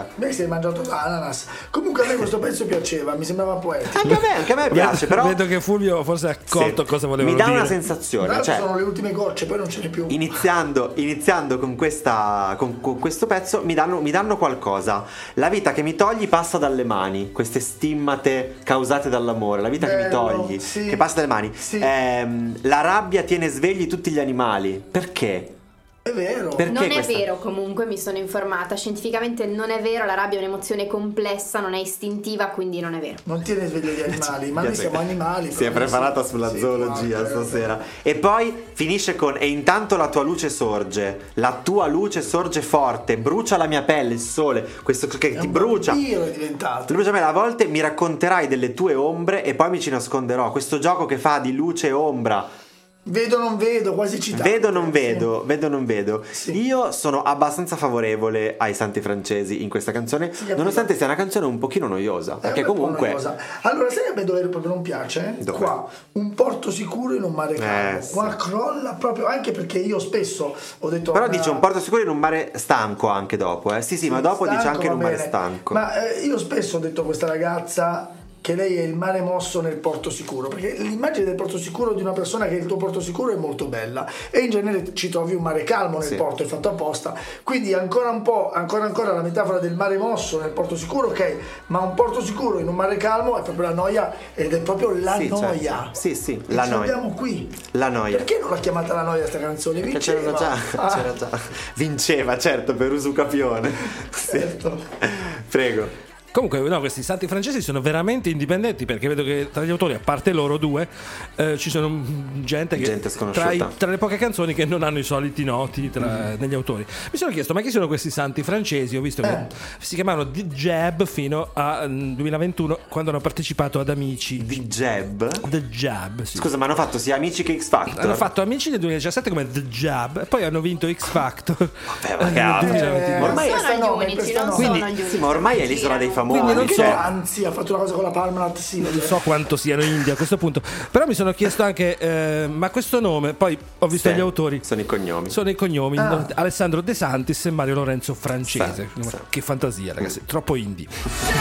eh. Beh, si è mangiato l'ananas. Comunque a me questo pezzo piaceva, mi sembrava poetico. Anche a me, anche a me piace, però... Vedo che Fulvio forse ha accolto sì, cosa voleva Mi dire. dà una Tra sensazione, l'altro cioè... sono le ultime gocce, poi non ce n'è più. Iniziando, iniziando con, questa, con, con questo pezzo mi danno, mi danno qualcosa. La vita che mi togli passa dalle mani. Queste stimmate causate dall'amore. La vita che mi Bello, togli, sì. che passa dalle mani. Sì. Ehm, la rabbia tiene svegli tutti gli animali. Perché? È vero. Perché Ah, non questa- è vero comunque, mi sono informata, scientificamente non è vero, la rabbia è un'emozione complessa, non è istintiva, quindi non è vero. Non tiene svegli gli animali, ma noi siamo animali. Si è però- preparata sulla Sì, zoologia guarda, stasera. E poi finisce con: E intanto la tua luce sorge. La tua luce sorge forte. Brucia la mia pelle, il sole. Questo che È ti un brucia. vampiro è diventato. Lucia Mela, a volte mi racconterai delle tue ombre e poi mi ci nasconderò. Questo gioco che fa di luce e ombra, Vedo non vedo, quasi citato. vedo non Esatto, Sì. vedo, vedo non vedo. Sì. Io sono abbastanza favorevole ai santi francesi in questa canzone, Sì, è nonostante sia una canzone un pochino noiosa, È perché un po' comunque noiosa. Allora, sai che dove proprio non piace? Dove? Eh, Qua, un porto sicuro in un mare calmo. sì. Qua crolla proprio, anche perché io spesso ho detto... però a una- dice un porto sicuro in un mare stanco anche dopo, eh. Sì, sì, ma dopo stanco, dice anche in va un mare bene. stanco. Ma eh, io spesso ho detto a questa ragazza che lei è il mare mosso nel porto sicuro, perché l'immagine del porto sicuro di una persona che è il tuo porto sicuro è molto bella e in genere ci trovi un mare calmo nel Sì. porto, è fatto apposta. Quindi ancora un po', ancora ancora la metafora del mare mosso nel porto sicuro, ok, ma un porto sicuro in un mare calmo è proprio la noia ed è proprio la Sì, certo. noia. Sì, sì, E la ci noia. Abbiamo qui. La noia. Perché non l'ha chiamata la noia sta canzone? Perché c'erano Vinceva. già, Ah, c'era già. Vinceva, certo, per usucapione. Sì. certo. Prego. Comunque, no, questi santi francesi sono veramente indipendenti perché vedo che tra gli autori, a parte loro due, eh, ci sono mm, gente che Gente sconosciuta. tra, i- tra le poche canzoni che non hanno i soliti noti tra, negli autori. Mi sono chiesto, ma chi sono questi santi francesi? Ho visto Eh. che si chiamavano The Jab fino al 2021 quando hanno partecipato ad Amici. Di Jeb. The Jab, sì. Scusa, ma hanno fatto sia Amici che X Factor? Hanno fatto Amici nel 2017 come The Jab, e poi hanno vinto X Factor. Beh, ma nel cavolo. 2021. ormai questa sono gli no, unici, questa non no. sono Quindi- gli unici. Sì, ma ormai è che l'isola dei girano. famosi. Quindi non ah, so- cioè, Anzi, ha fatto una cosa con la Parmalat Silver. non so quanto siano India a questo punto, però mi sono chiesto anche, eh, ma questo nome, poi ho visto sì, gli autori, cioè, Sono i cognomi. sono i cognomi Ah. no? Alessandro De Santis e Mario Lorenzo Francese. Sì, sì. Che fantasia, ragazzi, troppo indie. Ti sembra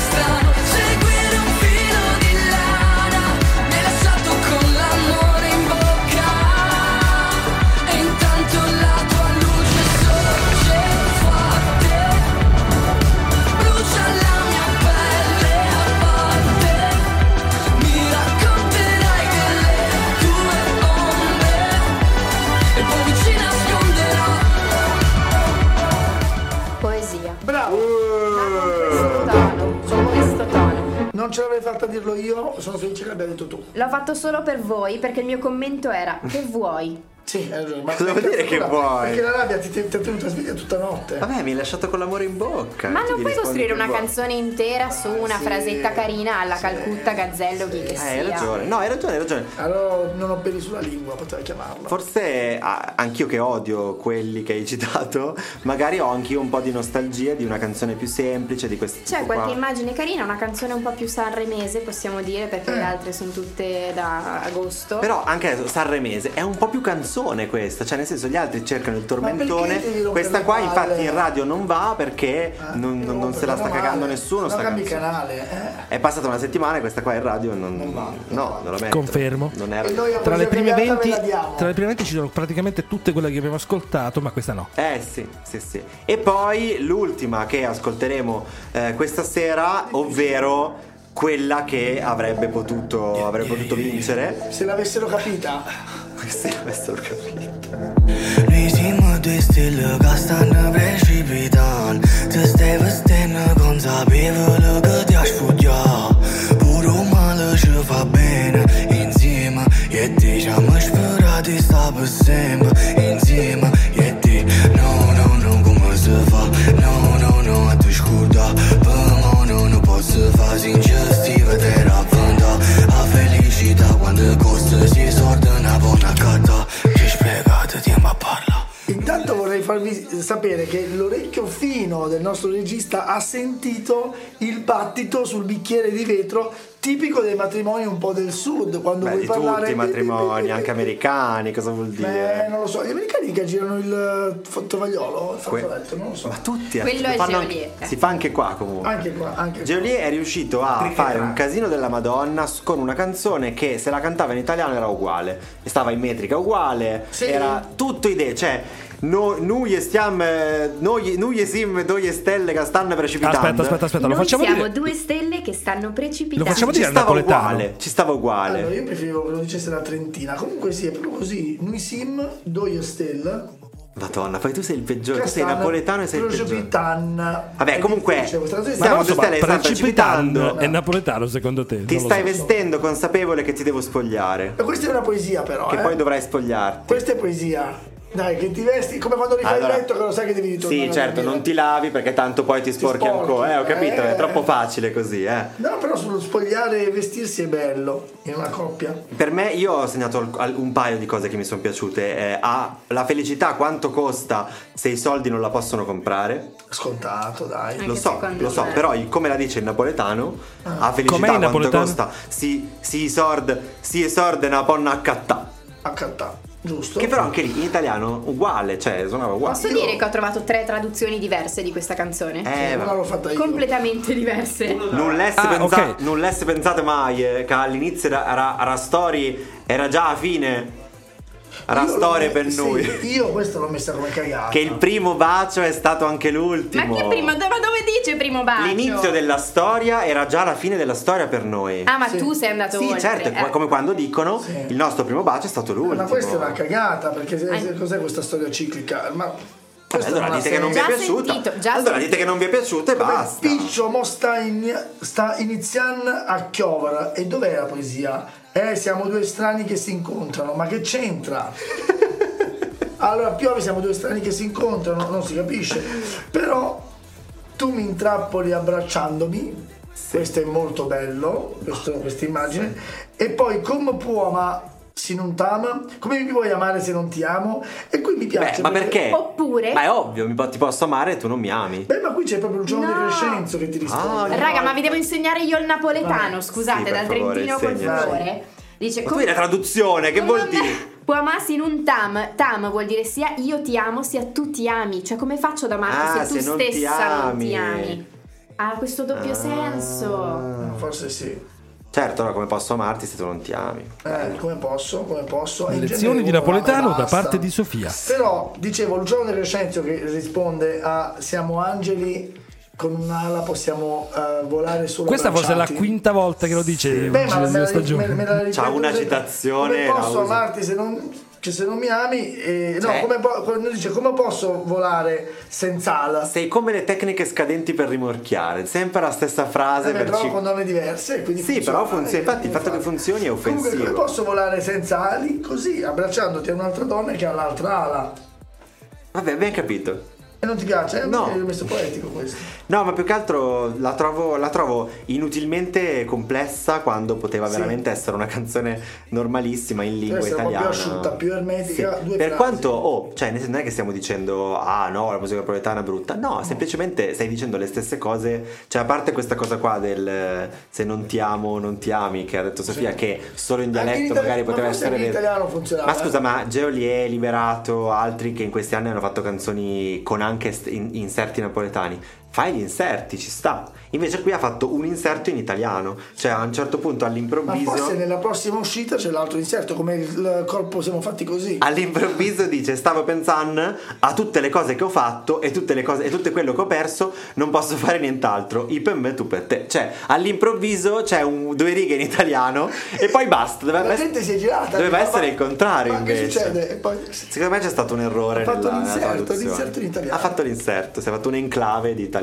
strano seguire un filo di lana Mi hai lasciato con l'amore in bocca E intanto la tua luce sorge forte Brucia la mia pelle a volte Mi racconterai delle tue ombre E poi ci nasconderò Poesia. Bravo. Questo tono, questo tono. Non ce l'avrei fatta a dirlo io, sono felice che l'abbia detto tu. L'ho fatto solo per voi perché il mio commento era che vuoi? Sì, hai ragione. Ma Cosa vuol dire che Scusa, vuoi? Perché la rabbia ti, ti ha tenuto sveglia tutta notte. Vabbè, mi hai lasciato con l'amore in bocca. Ma Tu non mi puoi rispondi costruire che una vuoi. canzone intera su una sì, frasetta carina alla sì, Calcutta, Gazzello, chi che Eh, sia. hai ragione. No, hai ragione, hai ragione. Allora non ho peli sulla lingua, poteva chiamarlo. Forse ah, anch'io che odio quelli che hai citato, magari ho anch'io un po' di nostalgia di una canzone più semplice, di questo C'è tipo qualche qua. immagine carina, una canzone un po' più sanremese, possiamo dire, perché le altre sono tutte da agosto. Però anche adesso, Sanremese è un po' più canzone questa, cioè nel senso gli altri cercano il tormentone, perché devi rompere questa le qua palle? infatti in radio non va Eh, perché non, non- non se la sta meno male. cagando nessuno No, sta cambi canzone. canale, eh. È passata una settimana e questa qua in radio non, va, non No, non la metto. Confermo. Non E era. noi a Tra poesia le, prime abbreviata ve 20, la diamo. tra le prime 20 ci sono praticamente tutte quelle che abbiamo ascoltato, ma questa no. Eh sì, sì, sì. E poi l'ultima che ascolteremo eh, questa sera, ovvero quella che avrebbe potuto, avrebbe potuto vincere. Se l'avessero capita. Se avessero capito. Ritmo due stelle che stanno precipitando Te stai vestendo consapevole che ti ha sfuggito Puro male ci fa bene insieme E ti siamo sperati sta per sempre insieme E ti da, no no no come si fa No no no a ti scorda per me farvi sapere che l'orecchio fino del nostro regista ha sentito il battito sul bicchiere di vetro tipico dei matrimoni un po' del sud quando Beh, vuoi di parlare tutti i matrimoni, anche eh. americani, cosa vuol Beh, dire? non lo so, gli americani che girano il fottovagliolo, il Que- fottoletto, non lo so. Ma tutti Quello lo è fanno- Geolier. Si fa anche qua comunque. Anche qua, anche qua. Geolier è riuscito a fare un casino della Madonna s- con una canzone che se la cantava in italiano era uguale, e stava in metrica uguale, Sì. era tutto idee, cioè no, noi stiamo, eh, noi, noi sim, due stelle che stanno precipitando. Aspetta, aspetta, aspetta, lo Noi facciamo siamo dire. due stelle che stanno precipitando. Lo facciamo Ci dire al stava napoletano. uguale, ci stava uguale. Allora, io preferivo che lo dicesse la Trentina. Comunque sì, è proprio così. Nui sim, doio stel, Madonna, poi tu sei il peggiore, tu sei napoletano e sei il peggiore. Procipitan. Vabbè, È comunque, difficile, questa ma transizione- no, Siamo due insomma, stelle che stanno precipitando. è napoletano secondo te? Ti Non lo stai so. vestendo consapevole che ti devo spogliare. Ma Questa è una poesia però, Che eh. poi dovrai spogliarti. Questa è poesia. Dai, che ti vesti come quando rifai Allora- il letto che lo sai che devi ritornare. Sì, a certo, dormire. non ti lavi perché tanto poi ti sporchi, sporchi, ancora. Eh, ho capito, eh. è troppo facile così, eh. No, però sullo spogliare e vestirsi è bello in una coppia. Per me, io ho segnato al- al- un paio di cose che mi sono piaciute. Eh, A, la felicità quanto costa se i soldi non la possono comprare. Scontato, dai. Lo Anche so, secondo lo so, me. però il- come la dice il napoletano, Ah. a Com'è felicità il quanto napoletano? costa si, si sord, si esorde una ponna a cattà. A cantà, giusto? Che però anche lì in italiano uguale, cioè suonava uguale. Posso dire che ho trovato tre traduzioni diverse di questa canzone? Eh, Una vabbè. l'ho fatta io. Completamente diverse. Non l'esse, Ah, pensa- ok. non l'esse pensate mai eh, che all'inizio era, era- era story, era già a fine. Era Io l'ho storia me- per sì, noi. io questa l'ho messa come cagata. Che il primo bacio è stato anche Ma l'ultimo. chi prima? do- Ma dove dice primo bacio? L'inizio della storia era già la fine della storia per noi. Ah, ma Sì. tu sei andato sì, oltre. certo, eh. è come quando dicono Sì. il nostro primo bacio è stato l'ultimo. Ma questa è una cagata, perché se- Ah. se- cos'è questa storia ciclica? Ma Vabbè, questa allora non ha dite che non vi senso. è Già piaciuta. sentito, già allora dite sentito. che non vi è piaciuta e Come basta. Piccio mo sta, in- sta iniziando a chiovere. E dov'è la poesia? Eh, siamo due strani che si incontrano, ma che c'entra? allora, piove, siamo due strani che si incontrano, non si capisce. Però tu mi intrappoli abbracciandomi. Questo è molto bello, questo- questa immagine. E poi come può amare se non t'ama? Come mi puoi amare se non ti amo? E qui mi piace. Beh, ma perché? Oppure- Ma è ovvio, mi po- ti posso amare e tu non mi ami. Beh, ma qui c'è proprio Luciano No. De Crescenzo che ti Ah, risponde. Raga, ma vi devo insegnare io il napoletano, scusate, per dal favore, Trentino col insegnaci. favore. Dice Ma tu hai la traduzione, che vuol dire? Può amarsi in un tam. Tam vuol dire sia io ti amo, sia tu ti ami. Cioè, come faccio ad amarti Ah, se tu se non ti stessa non ti ami. Ah. ami? Ha questo doppio senso. Forse sì. Certo, allora come posso amarti se tu non ti ami? Eh, come posso? Come posso? E in Lezioni genere di uno napoletano ama e da basta. parte di Sofia. Però, dicevo, Luciano De Crescenzo che risponde a Siamo angeli, con un'ala possiamo eh, volare solo Questa forse è la abbracciati". quinta volta che lo dice Beh, ma nella me la, stagione. me- me la ripeto C'ha una sempre. citazione, Come posso la uso. amarti se non, che se non mi ami? Eh, no, Cioè- come, po- quando dice come posso volare senza ala? Sei come le tecniche scadenti per rimorchiare, sempre la stessa frase Eh beh, per però ci- con norme diverse quindi eh, Sì, però funziona, infatti il fatto che funzioni è Comunque, come offensivo. posso volare senza ali così abbracciandoti a un'altra donna che ha l'altra ala Vabbè, ben capito. e non ti piace? Eh? No. Perché l'ho messo poetico questo No, ma più che altro la trovo, la trovo inutilmente complessa quando poteva Sì. veramente essere una canzone normalissima in lingua essere un po' più italiana. asciutta, più ermetica, due per frasi. quanto, oh, cioè, nel senso, non è che stiamo dicendo, ah no, la musica proletana è brutta. No, semplicemente stai dicendo le stesse cose. Cioè, a parte questa cosa qua del eh, se non ti amo, non ti ami, che ha detto Sofia, che solo in Anche in dialetto itali- magari ma poteva forse essere. anche in ver- italiano funzionava, Ma eh. scusa, ma Geolier, Liberato, altri che in questi anni hanno fatto canzoni con anche st- in- inserti napoletani. Fai gli inserti, ci sta. Invece qui ha fatto un inserto in italiano. Cioè a un certo punto ma all'improvviso... forse nella prossima uscita c'è l'altro inserto come il corpo siamo fatti così All'improvviso dice stavo pensando a tutte le cose che ho fatto e tutte le cose e tutto quello che ho perso non posso fare nient'altro. I per me tu per te. Cioè all'improvviso c'è un, due righe in italiano e poi basta. Doveva la ess- gente si è girata Doveva Ma- essere il contrario ma invece. che succede? E poi Secondo me c'è stato un errore Ha fatto nella, nella l'inserto, traduzione. l'inserto in italiano. Ha fatto l'inserto, si è fatto un enclave di italiano.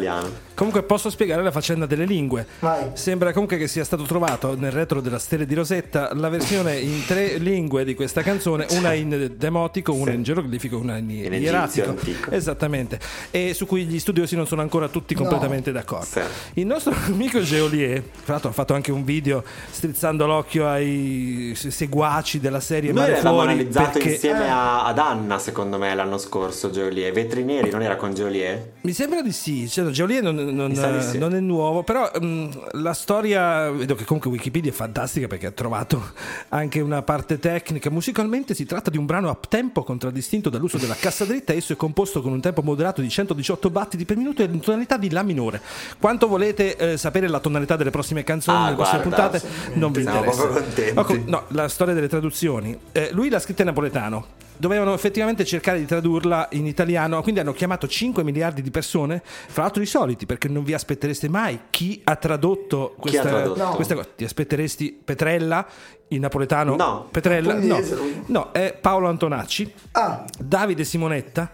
Comunque posso spiegare la faccenda delle lingue. Vai. Sembra comunque che sia stato trovato nel retro della stele di Rosetta la versione in tre lingue di questa canzone, una in demotico, una in geroglifico, una in, egizio ieratico. antico. Esattamente. E su cui gli studiosi non sono ancora tutti completamente d'accordo. Sì. Il nostro amico Geolier, tra l'altro ha fatto anche un video strizzando l'occhio ai seguaci della serie Noi Mare l'avevamo Fuori analizzato perché Eh. insieme a- ad Anna, secondo me, l'anno scorso, Geolier. Vetri neri, non era con Geolier? Mi sembra di sì, cioè, Geolier non, non- Mi sa di sì. non è nuovo, però mm, la storia, vedo che comunque Wikipedia è fantastica perché ha trovato anche una parte tecnica. Musicalmente si tratta di un brano a tempo contraddistinto dall'uso della cassa dritta, esso è composto con un tempo moderato di 118 battiti per minuto e in tonalità di La minore. Quanto volete eh, sapere la tonalità delle prossime canzoni, Ah, delle prossime guarda, puntate, assolutamente. non vi Siamo interessa. proprio contenti. Ecco, no, la storia delle traduzioni. Eh, lui l'ha scritta in napoletano. Dovevano effettivamente cercare di tradurla in italiano, quindi hanno chiamato 5 miliardi di persone, fra l'altro i soliti, perché non vi aspettereste mai chi ha tradotto questa, tradotto? No. questa cosa. Ti aspetteresti Petrella in napoletano? No. Petrella? No. Pugliese, lui. No, è Paolo Antonacci, Ah, Davide Simonetta,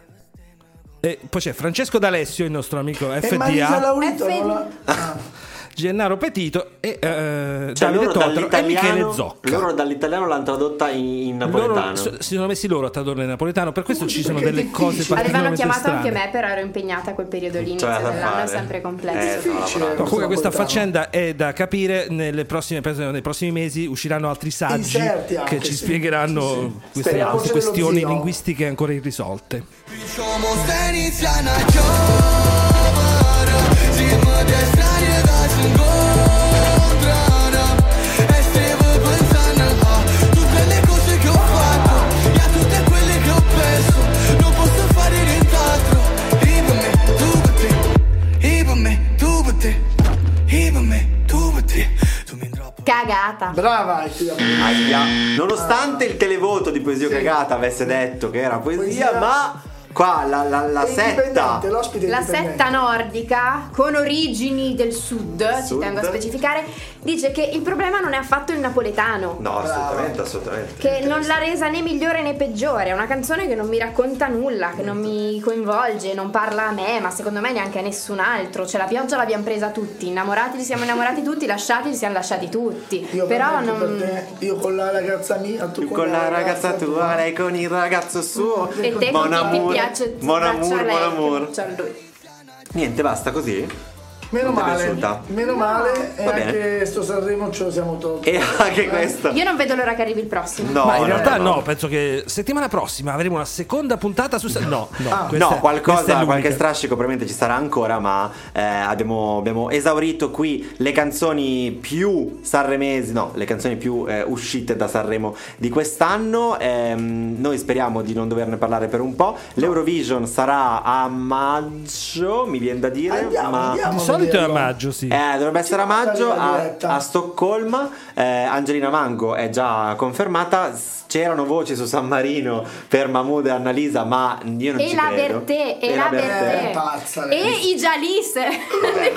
e poi c'è Francesco D'Alessio, il nostro amico e Marisa FDA, Laurito FD. non la- Gennaro Petito e eh, Cioè, Davide loro Totaro e Michele dall'italiano, Zocca. loro dall'italiano l'hanno tradotta in, in napoletano. Cioè, Loro so- si sono messi loro a tradurre in napoletano, per questo ci sono delle cose Avevano particolarmente chiamato strane. anche me, però ero impegnata a quel periodo lì, inizio C'era da dell'anno è cioè, fare. sempre complesso. Eh, stavo Difficile. lavorando. No, comunque questa Napoletano. faccenda è da capire, nelle prossime- penso nei prossimi mesi usciranno altri saggi Inserti anche, che ci sì. spieghranno queste Speriamo altre se lo questioni zio. linguistiche ancora irrisolte. Cagata. Brava, e ti dà- Aia. Nonostante il televoto di Poesia Cagata avesse detto che era poesia, Poesia- ma qua la, la- la è setta. indipendente, l'ospite è La indipendente. setta nordica, con origini del sud, ci Sud. tengo a specificare, dice che il problema non è affatto il napoletano. No, assolutamente, assolutamente. Che non l'ha resa né migliore né peggiore, è una canzone che non mi racconta nulla, che non mi coinvolge, non parla a me, ma secondo me neanche a nessun altro. Cioè la pioggia l'abbiamo presa tutti, innamorati li siamo innamorati tutti, lasciati li siamo lasciati tutti. Io Però prometto non... per te, io con la ragazza mia, tu Con la ragazza tua, lei con il ragazzo suo. E te con Mon chi ti amour, piace Mon abbraccia amour, lei, mon che amour. abbraccia lui. Niente, basta così. Meno Non ti è male, piaciuta? meno male, e Va bene. Eh, anche sto Sanremo ce lo siamo tolto. E anche questo. Io non vedo l'ora che arrivi il prossimo. No, Ma in no, realtà no, no, penso che settimana prossima avremo una seconda puntata su... No, no, Ah. questa- no, questa è qualcosa, l'unica. qualche strascico probabilmente ci sarà ancora, ma eh, abbiamo, abbiamo esaurito qui le canzoni più sanremesi, no, le canzoni più eh, uscite da Sanremo di quest'anno. Ehm, noi speriamo di non doverne parlare per un po'. L'Eurovision sarà a maggio, mi viene da dire, Andiamo, ma... andiamo. Di solito è a vederlo. maggio, sì. Eh, dovrebbe essere a maggio Facciamo la a, diretta. a Stoccolma. Eh, Angelina Mango è già confermata. S- C'erano voci su San Marino per Mahmood e Annalisa, ma io non E ci la credo. Bertè, e la Bertè. Bertè. È pazza lei. E i Jalis.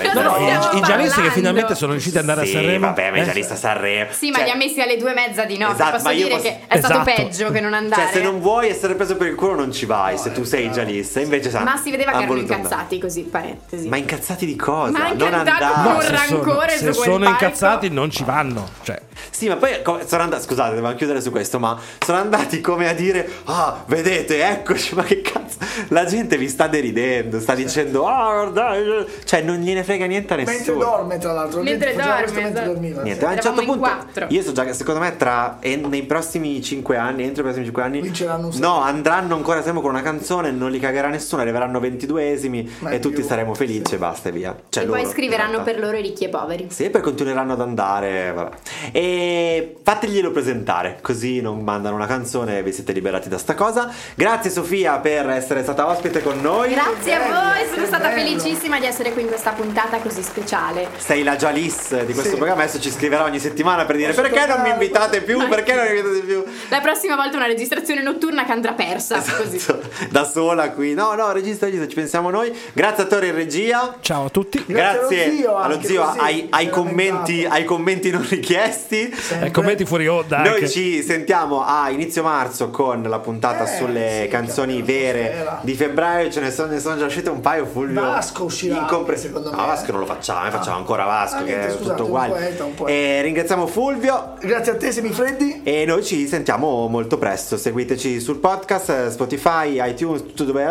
No, no, Stiamo i, i giallisti che finalmente sono riusciti ad andare sì, a Sanremo... vabbè, ma eh, è già lista Sanremo. Sì, ma Cioè, li ha messi alle due e mezza di notte. Esatto, ma posso io dire posso- che è stato Esatto. peggio che non andare. Cioè, se non vuoi essere preso per il culo, non ci vai. se tu sei già lista, invece sa- Ma si vedeva che hanno erano voluto andare. incazzati, così, parentesi. Ma incazzati di cosa? Ma anche non andati andare. con un se sono- rancore se su quel sono palco. incazzati non ci vanno. Cioè, Sì, ma poi co- sono andati. Scusate, dobbiamo chiudere su questo. Ma sono andati come a dire: Ah, vedete, eccoci. Ma che cazzo, la gente vi sta deridendo. Sta dicendo: Ah, guardate. Cioè, non gliene frega niente a Mentre nessuno. dorme, tra l'altro. Mentre Faceva dorme, questo mentre esatto. dormiva. Niente, a un certo Eravamo in punto, quattro. io so già che secondo me tra e nei prossimi 5 anni, entro i prossimi 5 anni, Vinceranno un sacco. no, andranno ancora sempre con una canzone, non li cagherà nessuno, arriveranno 22esimi Ma e è tutti più- saremo felici e basta e via. Cioè, e poi loro, in scriveranno realtà. per loro i ricchi e i poveri. Sì, e poi continueranno ad andare. Vabbè. E fateglielo presentare, così non mandano una canzone e vi siete liberati da sta cosa. Grazie Sofia per essere stata ospite con noi. Grazie a bello, voi, che sono stata bello. felicissima di essere qui in questa puntata così speciale. Sei la Jalis di questo Sì. programma, adesso ci scriverà ogni settimana per dire Posso perché non mi toccare? invitate più, perché non mi invitate più. La prossima volta una registrazione notturna che andrà persa. Così. da sola qui. No, no, regista, regista, ci pensiamo noi. Grazie a Torre in regia. ciao a tutti. Grazie allo Grazie zio allo anche, zio, così ai, ai era commenti, mentato. ai commenti non richiesti. Eh, commenti fuori onda anche. Noi ci sentiamo a inizio marzo con la puntata Eh, sulle sì, canzoni che abbiamo vere stasera. di febbraio. Ce ne sono, ne sono già uscite un paio. Fulvio Vasco uscirà, incompre- secondo me. No, Vasco non lo facciamo, eh, facciamo ancora Vasco, Ah, che niente, è scusate, tutto un uguale. poeta, un poeta. e ringraziamo Fulvio. Grazie a te, Semifreddi. E noi ci sentiamo molto presto. Seguiteci sul podcast, eh, Spotify, iTunes, tutto dove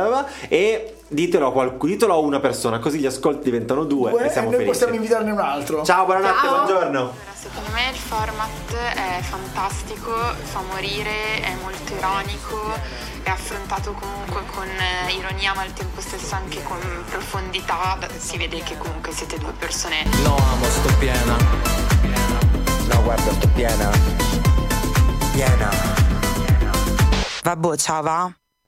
e ditelo a, qualcuno, ditelo a una persona, così gli ascolti diventano due, Due, e e siamo noi felici. possiamo invitarne un altro. Ciao, buonanotte, Ciao. buongiorno. Allora, secondo me il format è fantastico, fa morire, è molto ironico, è affrontato comunque con eh, ironia ma al tempo stesso anche con profondità, Beh, si vede che comunque siete due persone No, amo, sto piena. No, guarda, sto piena. Piena. Vabbè, ciao va.